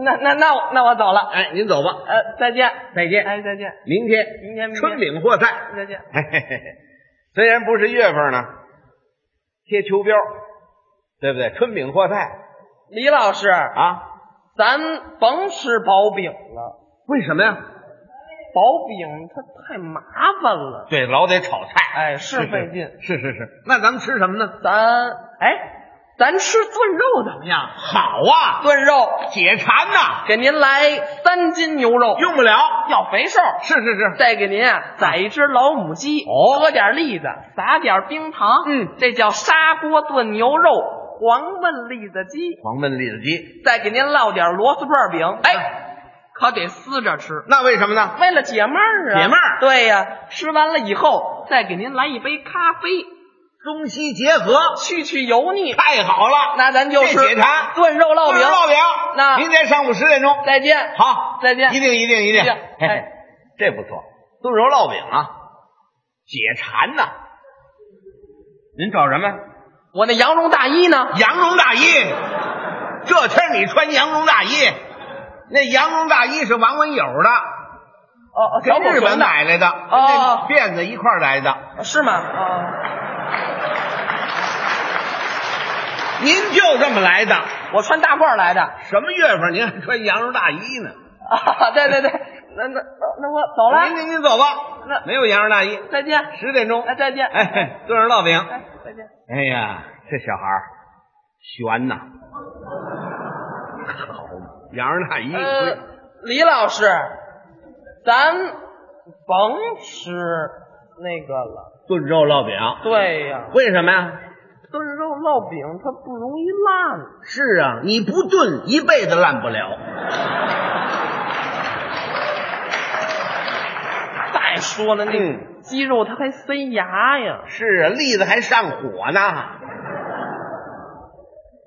Speaker 2: 那那那我那我走了。
Speaker 4: 哎，您走吧。
Speaker 2: 呃，再见，
Speaker 4: 再见
Speaker 2: 哎，再见，
Speaker 4: 明天，
Speaker 2: 明天明天
Speaker 4: 春饼获赛。
Speaker 2: 再见。
Speaker 4: 嘿嘿嘿，虽然不是月份呢，贴秋膘，对不对？春饼获赛，
Speaker 2: 李老师
Speaker 4: 啊，
Speaker 2: 咱甭吃薄饼了，
Speaker 4: 为什么呀？
Speaker 2: 薄饼它太麻烦了，
Speaker 4: 对，老得炒菜，
Speaker 2: 哎，是费劲。
Speaker 4: 是是是，那咱们吃什么呢？
Speaker 2: 咱哎，咱吃炖肉怎么样？
Speaker 4: 好啊，
Speaker 2: 炖肉
Speaker 4: 解馋呐、
Speaker 2: 给您来三斤牛肉，
Speaker 4: 用不了。
Speaker 2: 要肥瘦。
Speaker 4: 是是是，
Speaker 2: 再给您啊，宰一只老母鸡，哦，搁点栗子，撒点冰糖，
Speaker 4: 嗯，
Speaker 2: 这叫砂锅炖牛肉黄焖栗子鸡。
Speaker 4: 黄焖栗子鸡，
Speaker 2: 再给您烙点螺蛳粉饼，哎，可得撕着吃，
Speaker 4: 那为什么呢？
Speaker 2: 为了解闷儿啊。
Speaker 4: 解闷儿
Speaker 2: 对呀、吃完了以后，再给您来一杯咖啡，
Speaker 4: 中西结合，
Speaker 2: 去去油腻。
Speaker 4: 太好了。
Speaker 2: 那咱就
Speaker 4: 这
Speaker 2: 是
Speaker 4: 解馋
Speaker 2: 炖肉烙饼。
Speaker 4: 炖肉烙饼。
Speaker 2: 那
Speaker 4: 明天上午十点钟，
Speaker 2: 再见。
Speaker 4: 好，
Speaker 2: 再见
Speaker 4: 一定一定一定
Speaker 2: 一定。
Speaker 4: 嘿嘿
Speaker 2: 哎，
Speaker 4: 这不错，炖肉烙饼啊，解馋呐。您找什么？
Speaker 2: 我那羊绒大衣呢？
Speaker 4: 羊绒大衣。这天你穿羊绒大衣，那羊绒大衣是王文友的，
Speaker 2: 哦哦，
Speaker 4: 跟
Speaker 2: 小狗
Speaker 4: 日本
Speaker 2: 熊的
Speaker 4: 买来的，跟那
Speaker 2: 哦
Speaker 4: 辫子一块儿来的。
Speaker 2: 哦，是吗？哦，
Speaker 4: 您就这么来的？
Speaker 2: 我穿大褂来的。
Speaker 4: 什么月份您还穿羊绒大衣呢？
Speaker 2: 啊，对对对，那那那那我走
Speaker 4: 您
Speaker 2: 了，
Speaker 4: 您您走吧。
Speaker 2: 那
Speaker 4: 没有羊绒大衣，
Speaker 2: 再见，
Speaker 4: 十点钟。
Speaker 2: 哎，再见，
Speaker 4: 哎， 炖肉烙饼。
Speaker 2: 哎，再见。
Speaker 4: 哎呀，这小孩儿悬呐！好嘛，羊绒大衣。
Speaker 2: 呃，李老师，咱甭吃那个了。
Speaker 4: 炖肉烙饼，
Speaker 2: 对呀，
Speaker 4: 为什么呀？
Speaker 2: 炖肉烙饼它不容易烂。
Speaker 4: 是啊，你不炖一辈子烂不了。
Speaker 2: 再说了，那
Speaker 4: 嗯
Speaker 2: 鸡肉它还塞牙呀。
Speaker 4: 是啊，栗子还上火呢。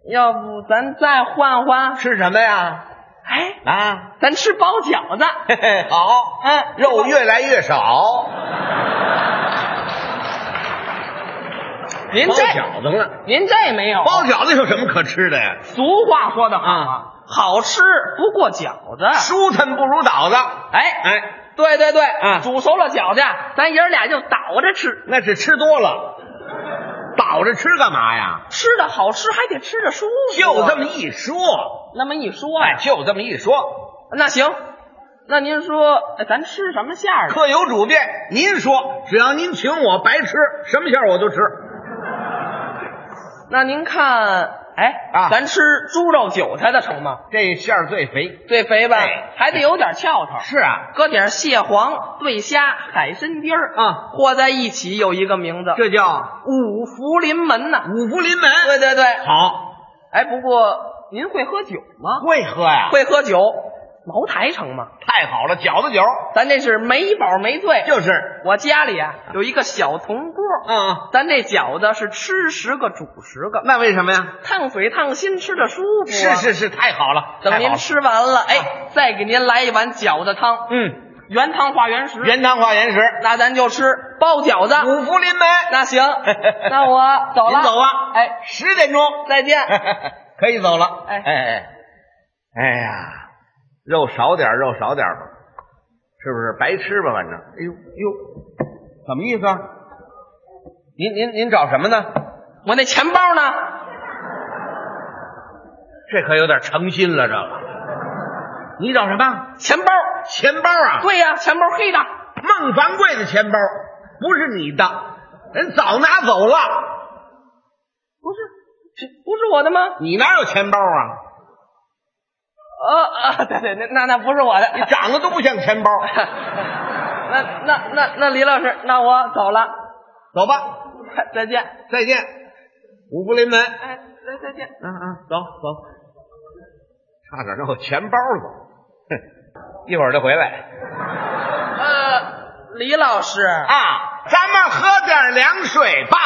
Speaker 2: 要不咱再换换？
Speaker 4: 吃什么呀？
Speaker 2: 哎，
Speaker 4: 啊，
Speaker 2: 咱吃包饺子。
Speaker 4: 嘿嘿，好，
Speaker 2: 嗯
Speaker 4: 肉越来越少，
Speaker 2: 您
Speaker 4: 包
Speaker 2: 这
Speaker 4: 饺子了。
Speaker 2: 您这没有啊
Speaker 4: 包饺子有什么可吃的呀？
Speaker 2: 俗话说的好
Speaker 4: 啊，
Speaker 2: 好吃不过饺子。
Speaker 4: 舒坦不如倒子。
Speaker 2: 哎
Speaker 4: 哎，
Speaker 2: 对对对，
Speaker 4: 啊
Speaker 2: 煮熟了饺子，咱爷儿俩就倒着吃，
Speaker 4: 那是吃多了，倒着吃干嘛呀？
Speaker 2: 吃的好吃还得吃着舒服。
Speaker 4: 就
Speaker 2: 啊
Speaker 4: 这么一说，
Speaker 2: 那么一说
Speaker 4: 哎
Speaker 2: 呀，，
Speaker 4: 就这么一说，
Speaker 2: 那行，那您说哎咱吃什么馅儿的？
Speaker 4: 各有主见。您说，只要您请我白吃，什么馅儿我都吃。
Speaker 2: 那您看，哎，
Speaker 4: 啊
Speaker 2: 咱吃猪肉韭菜的成吗？
Speaker 4: 这馅儿最肥。
Speaker 2: 最肥吧，
Speaker 4: 哎
Speaker 2: 还得有点翘头。
Speaker 4: 是啊，
Speaker 2: 搁点蟹黄、对虾、海参丁儿
Speaker 4: 啊
Speaker 2: 和在一起有一个名字，
Speaker 4: 这叫
Speaker 2: 五福临门呐。
Speaker 4: 五福临门。
Speaker 2: 对对对，
Speaker 4: 好，
Speaker 2: 哎，不过您会喝酒吗？
Speaker 4: 会喝呀、
Speaker 2: 会喝酒，茅台成吗？
Speaker 4: 太好了，饺子酒
Speaker 2: 咱这是没饱没醉。
Speaker 4: 就是，
Speaker 2: 我家里啊有一个小铜锅，
Speaker 4: 嗯，
Speaker 2: 咱这饺子是吃十个煮十个，
Speaker 4: 那为什么呀？
Speaker 2: 烫嘴烫心，吃着舒服、啊
Speaker 4: 是。是是，太好了，
Speaker 2: 等
Speaker 4: 太好
Speaker 2: 您
Speaker 4: 了，
Speaker 2: 吃完了，哎，再给您来一碗饺子汤，
Speaker 4: 嗯，
Speaker 2: 原汤化原食。
Speaker 4: 原汤化原食，
Speaker 2: 那咱就吃包饺子。
Speaker 4: 五福临门。
Speaker 2: 那 行，那我走了，
Speaker 4: 您走吧
Speaker 2: 哎，
Speaker 4: 十点钟，
Speaker 2: 再见。
Speaker 4: 可以走了。
Speaker 2: 哎
Speaker 4: 哎哎，哎呀，肉少点儿肉少点儿吧，是不是？白吃吧，反正。哎呦哎呦，什么意思？啊？您您您找什么呢？
Speaker 2: 我那钱包呢？
Speaker 4: 这可有点诚心了，这个。你找什么？
Speaker 2: 钱包。
Speaker 4: 钱包啊？，
Speaker 2: 对呀、钱包黑的。
Speaker 4: 孟凡贵的钱包，不是你的，人早拿走了。
Speaker 2: 不是，这不是我的吗？
Speaker 4: 你哪有钱包啊？
Speaker 2: 呃啊， 对对，那那那不是我的。
Speaker 4: 你长得都不像钱 包。
Speaker 2: 那那那那李老师，那我走了，
Speaker 4: 走吧，
Speaker 2: 再见。
Speaker 4: 再见，五福临门。
Speaker 2: 哎，再再见。
Speaker 4: 嗯嗯，走走，差点让我钱包走，哼，一会儿就回来
Speaker 2: 呃，李老师，
Speaker 4: 啊！咱们喝点凉水吧。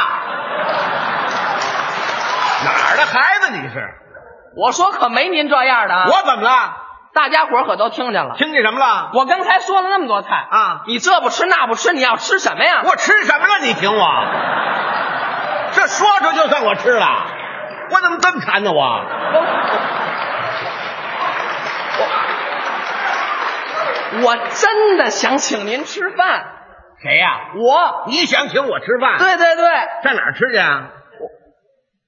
Speaker 4: 哪儿的孩子你是？
Speaker 2: 我说可没您这样的啊！
Speaker 4: 我怎么了？
Speaker 2: 大家伙儿可都听见了。
Speaker 4: 听见什么了？
Speaker 2: 我刚才说了那么多菜啊，你这不吃那不吃，你要吃什么呀？
Speaker 4: 我吃什么了？你听我，这说出就算我吃了，我怎么这么馋呢？我，
Speaker 2: 我真的想请您吃饭。
Speaker 4: 谁呀、
Speaker 2: 我，
Speaker 4: 你想请我吃饭？
Speaker 2: 对对对，
Speaker 4: 上哪儿吃去啊？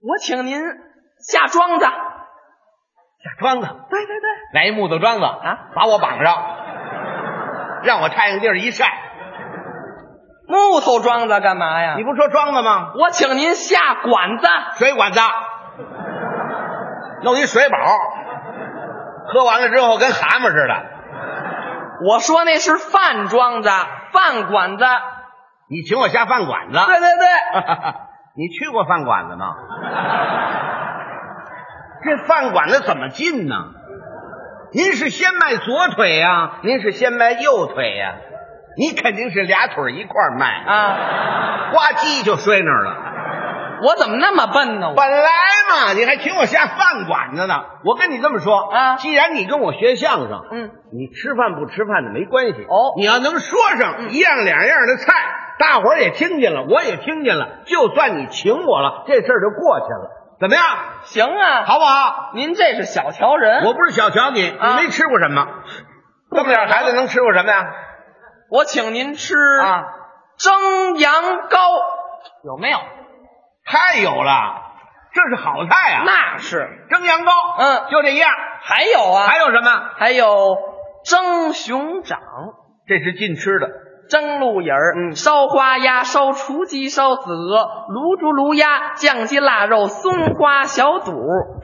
Speaker 2: 我请您下庄子。
Speaker 4: 下庄子，
Speaker 2: 对对对，
Speaker 4: 来一木头桩子啊，把我绑上，让我插上地儿一晒。
Speaker 2: 木头庄子干嘛呀？
Speaker 4: 你不说庄子吗？
Speaker 2: 我请您下馆子，
Speaker 4: 水管子，弄一水饱，喝完了之后跟蛤蟆似的。
Speaker 2: 我说那是饭庄子、饭馆子。
Speaker 4: 你请我下饭馆子？
Speaker 2: 对对对，
Speaker 4: 你去过饭馆子吗？ 这饭馆子怎么进呢？您是先迈左腿呀、您是先迈右腿呀、你肯定是俩腿一块儿迈
Speaker 2: 啊，
Speaker 4: 呱唧就摔那儿了。
Speaker 2: 我怎么那么笨呢？我
Speaker 4: 本来嘛，你还请我下饭馆子呢。我跟你这么说
Speaker 2: 啊
Speaker 4: 既然你跟我学相声，
Speaker 2: 嗯，
Speaker 4: 你吃饭不吃饭的没关系
Speaker 2: 哦嗯
Speaker 4: 你要能说上一样两样的菜，大伙儿也听见了，我也听见了，就算你请我了，这事儿就过去了，怎么样？
Speaker 2: 行啊，
Speaker 4: 好不好？
Speaker 2: 您这是小瞧人。
Speaker 4: 我不是小瞧你，
Speaker 2: 啊
Speaker 4: 你没吃过什么，这么点孩子能吃过什么呀？
Speaker 2: 我请您吃
Speaker 4: 啊，
Speaker 2: 蒸羊羔，有没有？
Speaker 4: 太有了，这是好菜啊！
Speaker 2: 那是，
Speaker 4: 蒸羊羔，
Speaker 2: 嗯
Speaker 4: 就这样。
Speaker 2: 还有啊，
Speaker 4: 还有什么？
Speaker 2: 还有蒸熊掌、
Speaker 4: 这是禁吃的。嗯
Speaker 2: 蒸鹿眼儿、烧花鸭、烧雏鸡、烧子鹅、卤猪、卤鸭、酱鸡、腊肉、松花小肚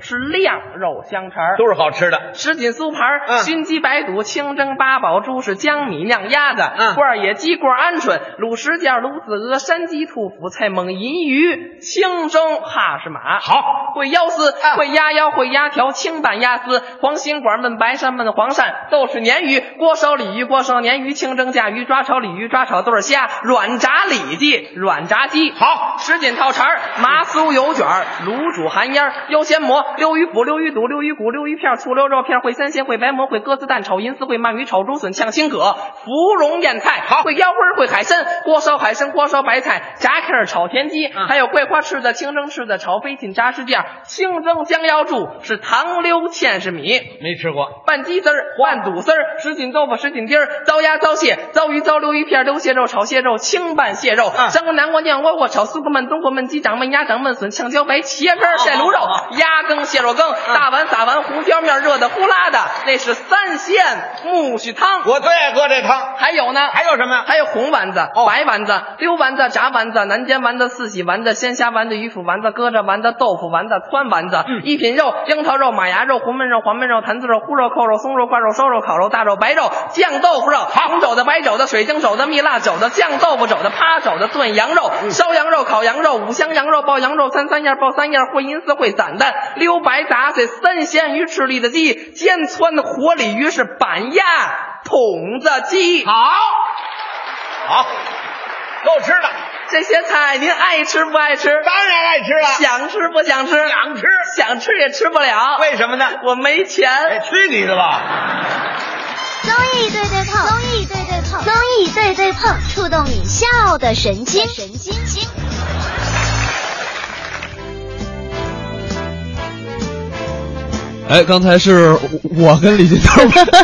Speaker 2: 是晾肉香肠儿，
Speaker 4: 都是好吃的。
Speaker 2: 什锦酥盘儿、
Speaker 4: 嗯
Speaker 2: 熏鸡白肚、清蒸八宝猪是江米酿鸭子、
Speaker 4: 嗯
Speaker 2: 罐儿野鸡、罐儿鹌鹑、卤什件、卤子鹅、山鸡兔脯菜、猛银鱼、清蒸哈士马。
Speaker 4: 好，嗯
Speaker 2: 烩腰丝、烩鸭腰、烩鸭条、清板鸭丝、黄心管焖白鳝焖黄鳝、豆豉鲶鱼、锅烧鲤鱼、锅烧鲶鱼、清蒸甲鱼、抓炒鲤鱼、抓炒对儿虾、软炸里脊、软炸鸡。
Speaker 4: 好
Speaker 2: 什锦套肠儿、麻酥油卷儿、卤煮寒烟儿、溜鲜蘑、溜鱼脯、溜鱼肚、溜鱼骨、溜鱼片儿、醋溜肉片儿、烩三鲜、烩白蘑、烩鸽子蛋、炒银丝、烩鳗鱼、炒竹笋、呛青蛤、芙蓉燕菜。好，烩腰花儿、烩海参、锅烧海参、锅烧白菜、炸开儿炒田鸡，还有桂花翅的、清蒸翅的、炒飞禽、炸翅酱、清蒸江腰柱是糖溜芡实米。
Speaker 4: 没吃过。
Speaker 2: 拌鸡丝儿、拌肚丝儿、什锦豆腐、什锦丁儿、糟鸭、糟蟹、糟鱼、糟溜鱼片、溜蟹肉、炒蟹肉、清拌蟹肉、山锅、南瓜、酿窝瓜、炒丝瓜、焖冬瓜、焖鸡掌、焖鸭掌、焖笋、炝茭白、茄干、晒卤肉、鸭羹、蟹肉羹、
Speaker 4: 嗯
Speaker 2: 大碗、撒丸、胡椒面，热的呼啦的，那是三鲜苜蓿汤。
Speaker 4: 我最爱喝这汤。
Speaker 2: 还有呢？
Speaker 4: 还有什么？哦
Speaker 2: 还有红丸子、白丸子、溜丸子、炸丸子、南煎丸子、四喜丸子、鲜虾丸子、鱼腐丸子、疙瘩丸子、豆腐丸子、汆丸子、
Speaker 4: 嗯
Speaker 2: 一品肉、樱桃肉、马牙肉、红焖肉、黄焖肉、坛子肉、烀肉、扣肉、松肉、挂肉、烧肉、烤肉、大肉、白肉、酱豆腐肉、红肘子、白肘子、水晶肘子、蜜蜡肘子、酱豆腐肘子、趴肘子、炖羊肉、
Speaker 4: 嗯
Speaker 2: 烧羊肉、烤羊肉、五香羊肉、爆羊肉、三三样、爆三样、烩银丝、烩散蛋、溜白杂碎、三鲜鱼翅、里的鸡、煎汆的活鲤鱼是板鸭、筒子鸡。
Speaker 4: 好，好，够吃的，
Speaker 2: 这些菜您爱吃不爱吃？
Speaker 4: 当然爱吃了。
Speaker 2: 想吃不想吃？
Speaker 4: 想吃
Speaker 2: 想吃也吃不了。
Speaker 4: 为什么呢？
Speaker 2: 我没
Speaker 4: 哎，
Speaker 2: 钱。
Speaker 4: 去你的吧！
Speaker 14: 综艺对对碰，综艺对对碰，综艺对对碰，触动你笑的神经，神经经。
Speaker 1: 哎，刚才是我跟李金涛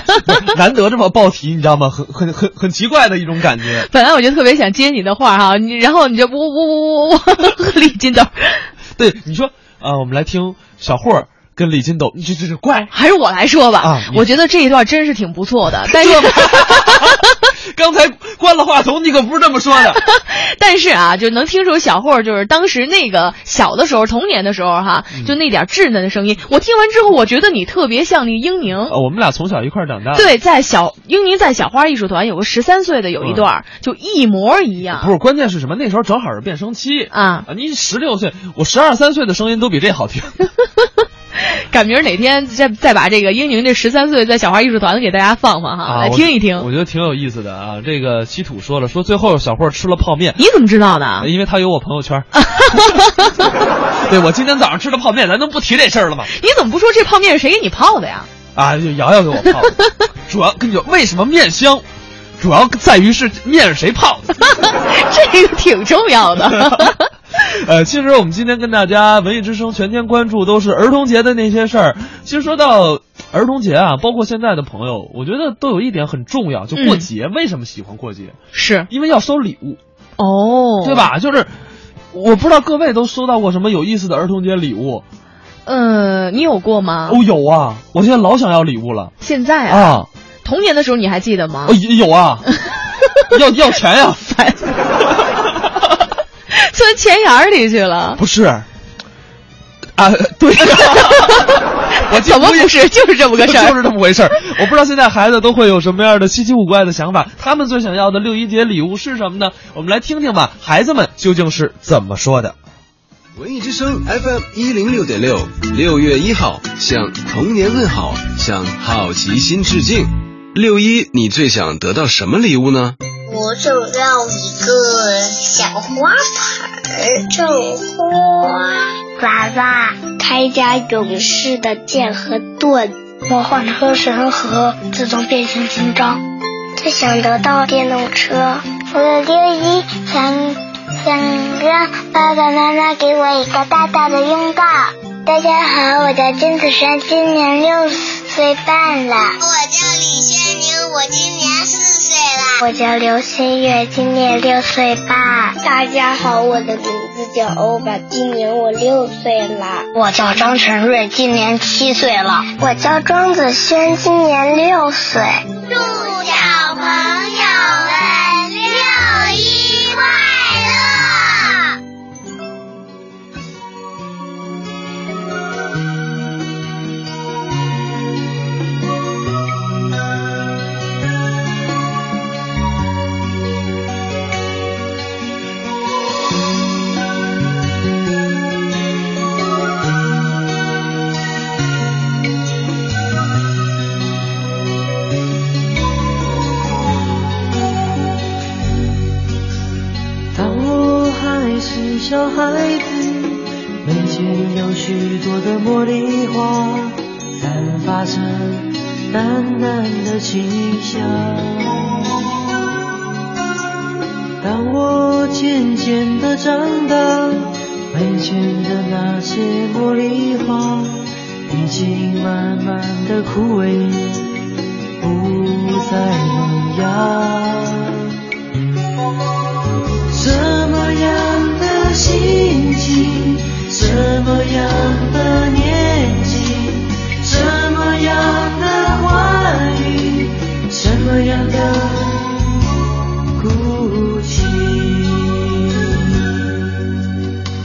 Speaker 1: 难得这么报题，你知道吗？很很很很奇怪的一种感觉。
Speaker 3: 本来我就特别想接你的话哈，你然后你就呜呜呜呜呜 李金斗，
Speaker 1: 对，你说啊、我们来听小霍儿跟李金斗，这这这怪
Speaker 3: 还是我来说吧。
Speaker 1: 啊
Speaker 3: 我觉得这一段真是挺不错的，但是
Speaker 1: 刚才关了话筒，你可不是这么说 的。
Speaker 3: 但是啊，就能听出小霍儿就是当时那个小的时候，童年的时候哈，
Speaker 1: 嗯
Speaker 3: 就那点稚嫩的声音。我听完之后，我觉得你特别像那个英宁。
Speaker 1: 呃，我们俩从小一块儿长大。，
Speaker 3: 对，在小英宁在小花艺术团有个十三岁的有
Speaker 1: 嗯
Speaker 3: 一段儿，就一模一样。
Speaker 1: 不是，关键是什么？那时候正好是变声期
Speaker 3: 啊！
Speaker 1: 你十六岁，我十二三岁的声音都比这好 听。
Speaker 3: 赶明儿哪天再再把这个英宁这十三岁在小花艺术团的给大家放放哈，
Speaker 1: 啊，
Speaker 3: 来
Speaker 1: 我
Speaker 3: 听一听。
Speaker 1: 我觉得挺有意思的啊。这个稀土说了，说最后小霍吃了泡面，呃
Speaker 3: 你怎么知道的？
Speaker 1: 因为他有我朋友 圈。对，我今天早上吃的泡面，咱能不提这事儿了吗？
Speaker 3: 你怎么不说这泡面是谁给你泡的呀？
Speaker 1: 啊，就瑶瑶给我泡的。 主要跟你说，为什么面香，主要在于是面是谁泡的。
Speaker 3: 这个挺重要的。
Speaker 1: 呃，其实我们今天跟大家文艺之声全天关注都是儿童节的那些事儿。其实说到儿童节啊，包括现在的朋友，我觉得都有一点很重要，就过节、为什么喜欢过节？
Speaker 3: 嗯是
Speaker 1: 因为要收礼物
Speaker 3: 哦，
Speaker 1: 对吧？就是我不知道各位都收到过什么有意思的儿童节礼物。
Speaker 3: 呃，你有过吗？
Speaker 1: 哦，有啊，我现在老想要礼物了。
Speaker 3: 现在啊，
Speaker 1: 啊，
Speaker 3: 童年的时候你还记得吗？
Speaker 1: 哦，有有 啊，要要钱呀、
Speaker 3: 钻钱眼儿里去了。
Speaker 1: 不是，啊，对 呀、我
Speaker 3: 怎么不是就是这么个事 儿
Speaker 1: 就是这么回事儿。我不知道现在孩子都会有什么样的稀奇古怪的想法，他们最想要的六一节礼物是什么呢？我们来听听吧，孩子们究竟是怎么说的。
Speaker 6: 文艺之声 FM 一零六点六，六月一号向童年问好，向好奇心致敬。六一，你最想得到什么礼物呢？
Speaker 5: 我想要一个小花盆儿种花，
Speaker 7: 娃娃铠甲勇士的剑和盾，
Speaker 9: 魔幻车神和自动变形金刚。
Speaker 16: 最想得到电动车。
Speaker 17: 我的六一想想让爸爸妈妈给我一个大大的拥抱。
Speaker 18: 大家好，我叫金子珊，今年六岁半了。
Speaker 19: 我叫李轩宁，我今年四岁了。
Speaker 28: 我叫刘新月，今年六岁半。
Speaker 29: 大家好，我的名字叫欧巴，今年我六岁了。
Speaker 30: 我叫张晨瑞，今年七岁了。
Speaker 31: 我叫庄子轩，今年六岁。
Speaker 32: 祝小朋友们六一快乐！
Speaker 11: 当我还是小孩子，眉间有许多的茉莉花，散发着淡淡的清香。当我渐渐的长大，眉间的那些茉莉花，已经慢慢的枯萎，不再萌芽。什么样的心情，什么样的年纪，什么样的话语，什么样的哭泣？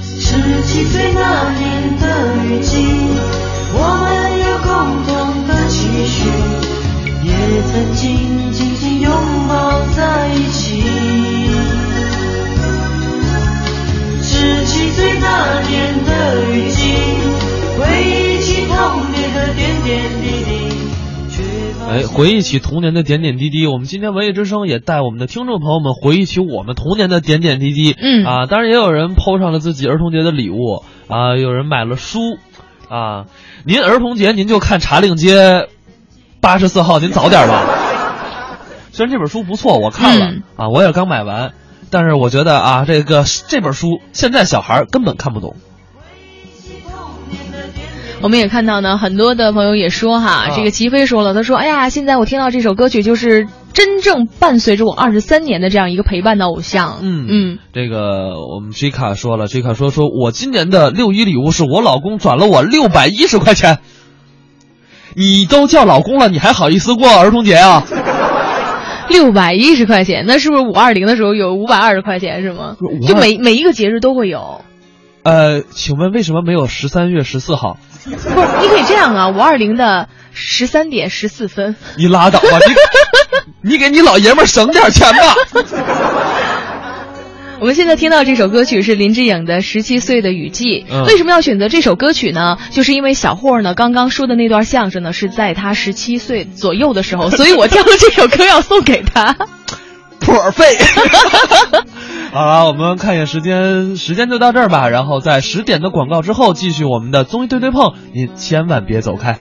Speaker 11: 十七岁那年的雨季，我们有共同的期许，也曾经紧紧拥抱在一起。十七岁那年的雨季，回忆起童年的点点滴滴。
Speaker 1: 哎，回忆起童年的点点滴滴，我们今天文艺之声也带我们的听众朋友们回忆起我们童年的点点滴滴。
Speaker 3: 嗯
Speaker 1: 啊，当然也有人抛上了自己儿童节的礼物啊，有人买了书啊。您儿童节您就看茶令街八十四号，您早点吧。 虽然这本书不错，我看了、啊，我也刚买完，但是我觉得啊，这个这本书现在小孩儿根本看不懂。
Speaker 3: 我们也看到呢，很多的朋友也说哈，这个齐飞说了，他说：“哎呀，现在我听到这首歌曲，就是真正伴随着我二十三年的这样一个陪伴的偶像。”
Speaker 1: 嗯
Speaker 3: 嗯，
Speaker 1: 这个我们 Jika 说了，Jika 说说我今年的六一礼物是我老公转了我六百一十块钱。你都叫老公了，你还好意思过儿童节啊？
Speaker 3: 六百一十块钱，那是不是五二零的时候有五百二十块钱是吗？
Speaker 1: 520
Speaker 3: 就每每一个节日都会有。
Speaker 1: 呃，请问为什么没有十三月十四号？
Speaker 3: 不是，你可以这样啊，五二零的十三点十四分。
Speaker 1: 你拉倒吧，你你给你老爷们儿省点钱吧。
Speaker 3: 我们现在听到这首歌曲是林志颖的《十七岁的雨季》。
Speaker 33: 嗯
Speaker 3: 为什么要选择这首歌曲呢？就是因为小霍呢刚刚说的那段相声呢是在他十七岁左右的时候，哦所以我挑了这首歌要送给他。
Speaker 1: 破费。好了，我们看一眼时间，时间就到这儿吧。然后在十点的广告之后，继续我们的综艺对对碰，您千万别走开。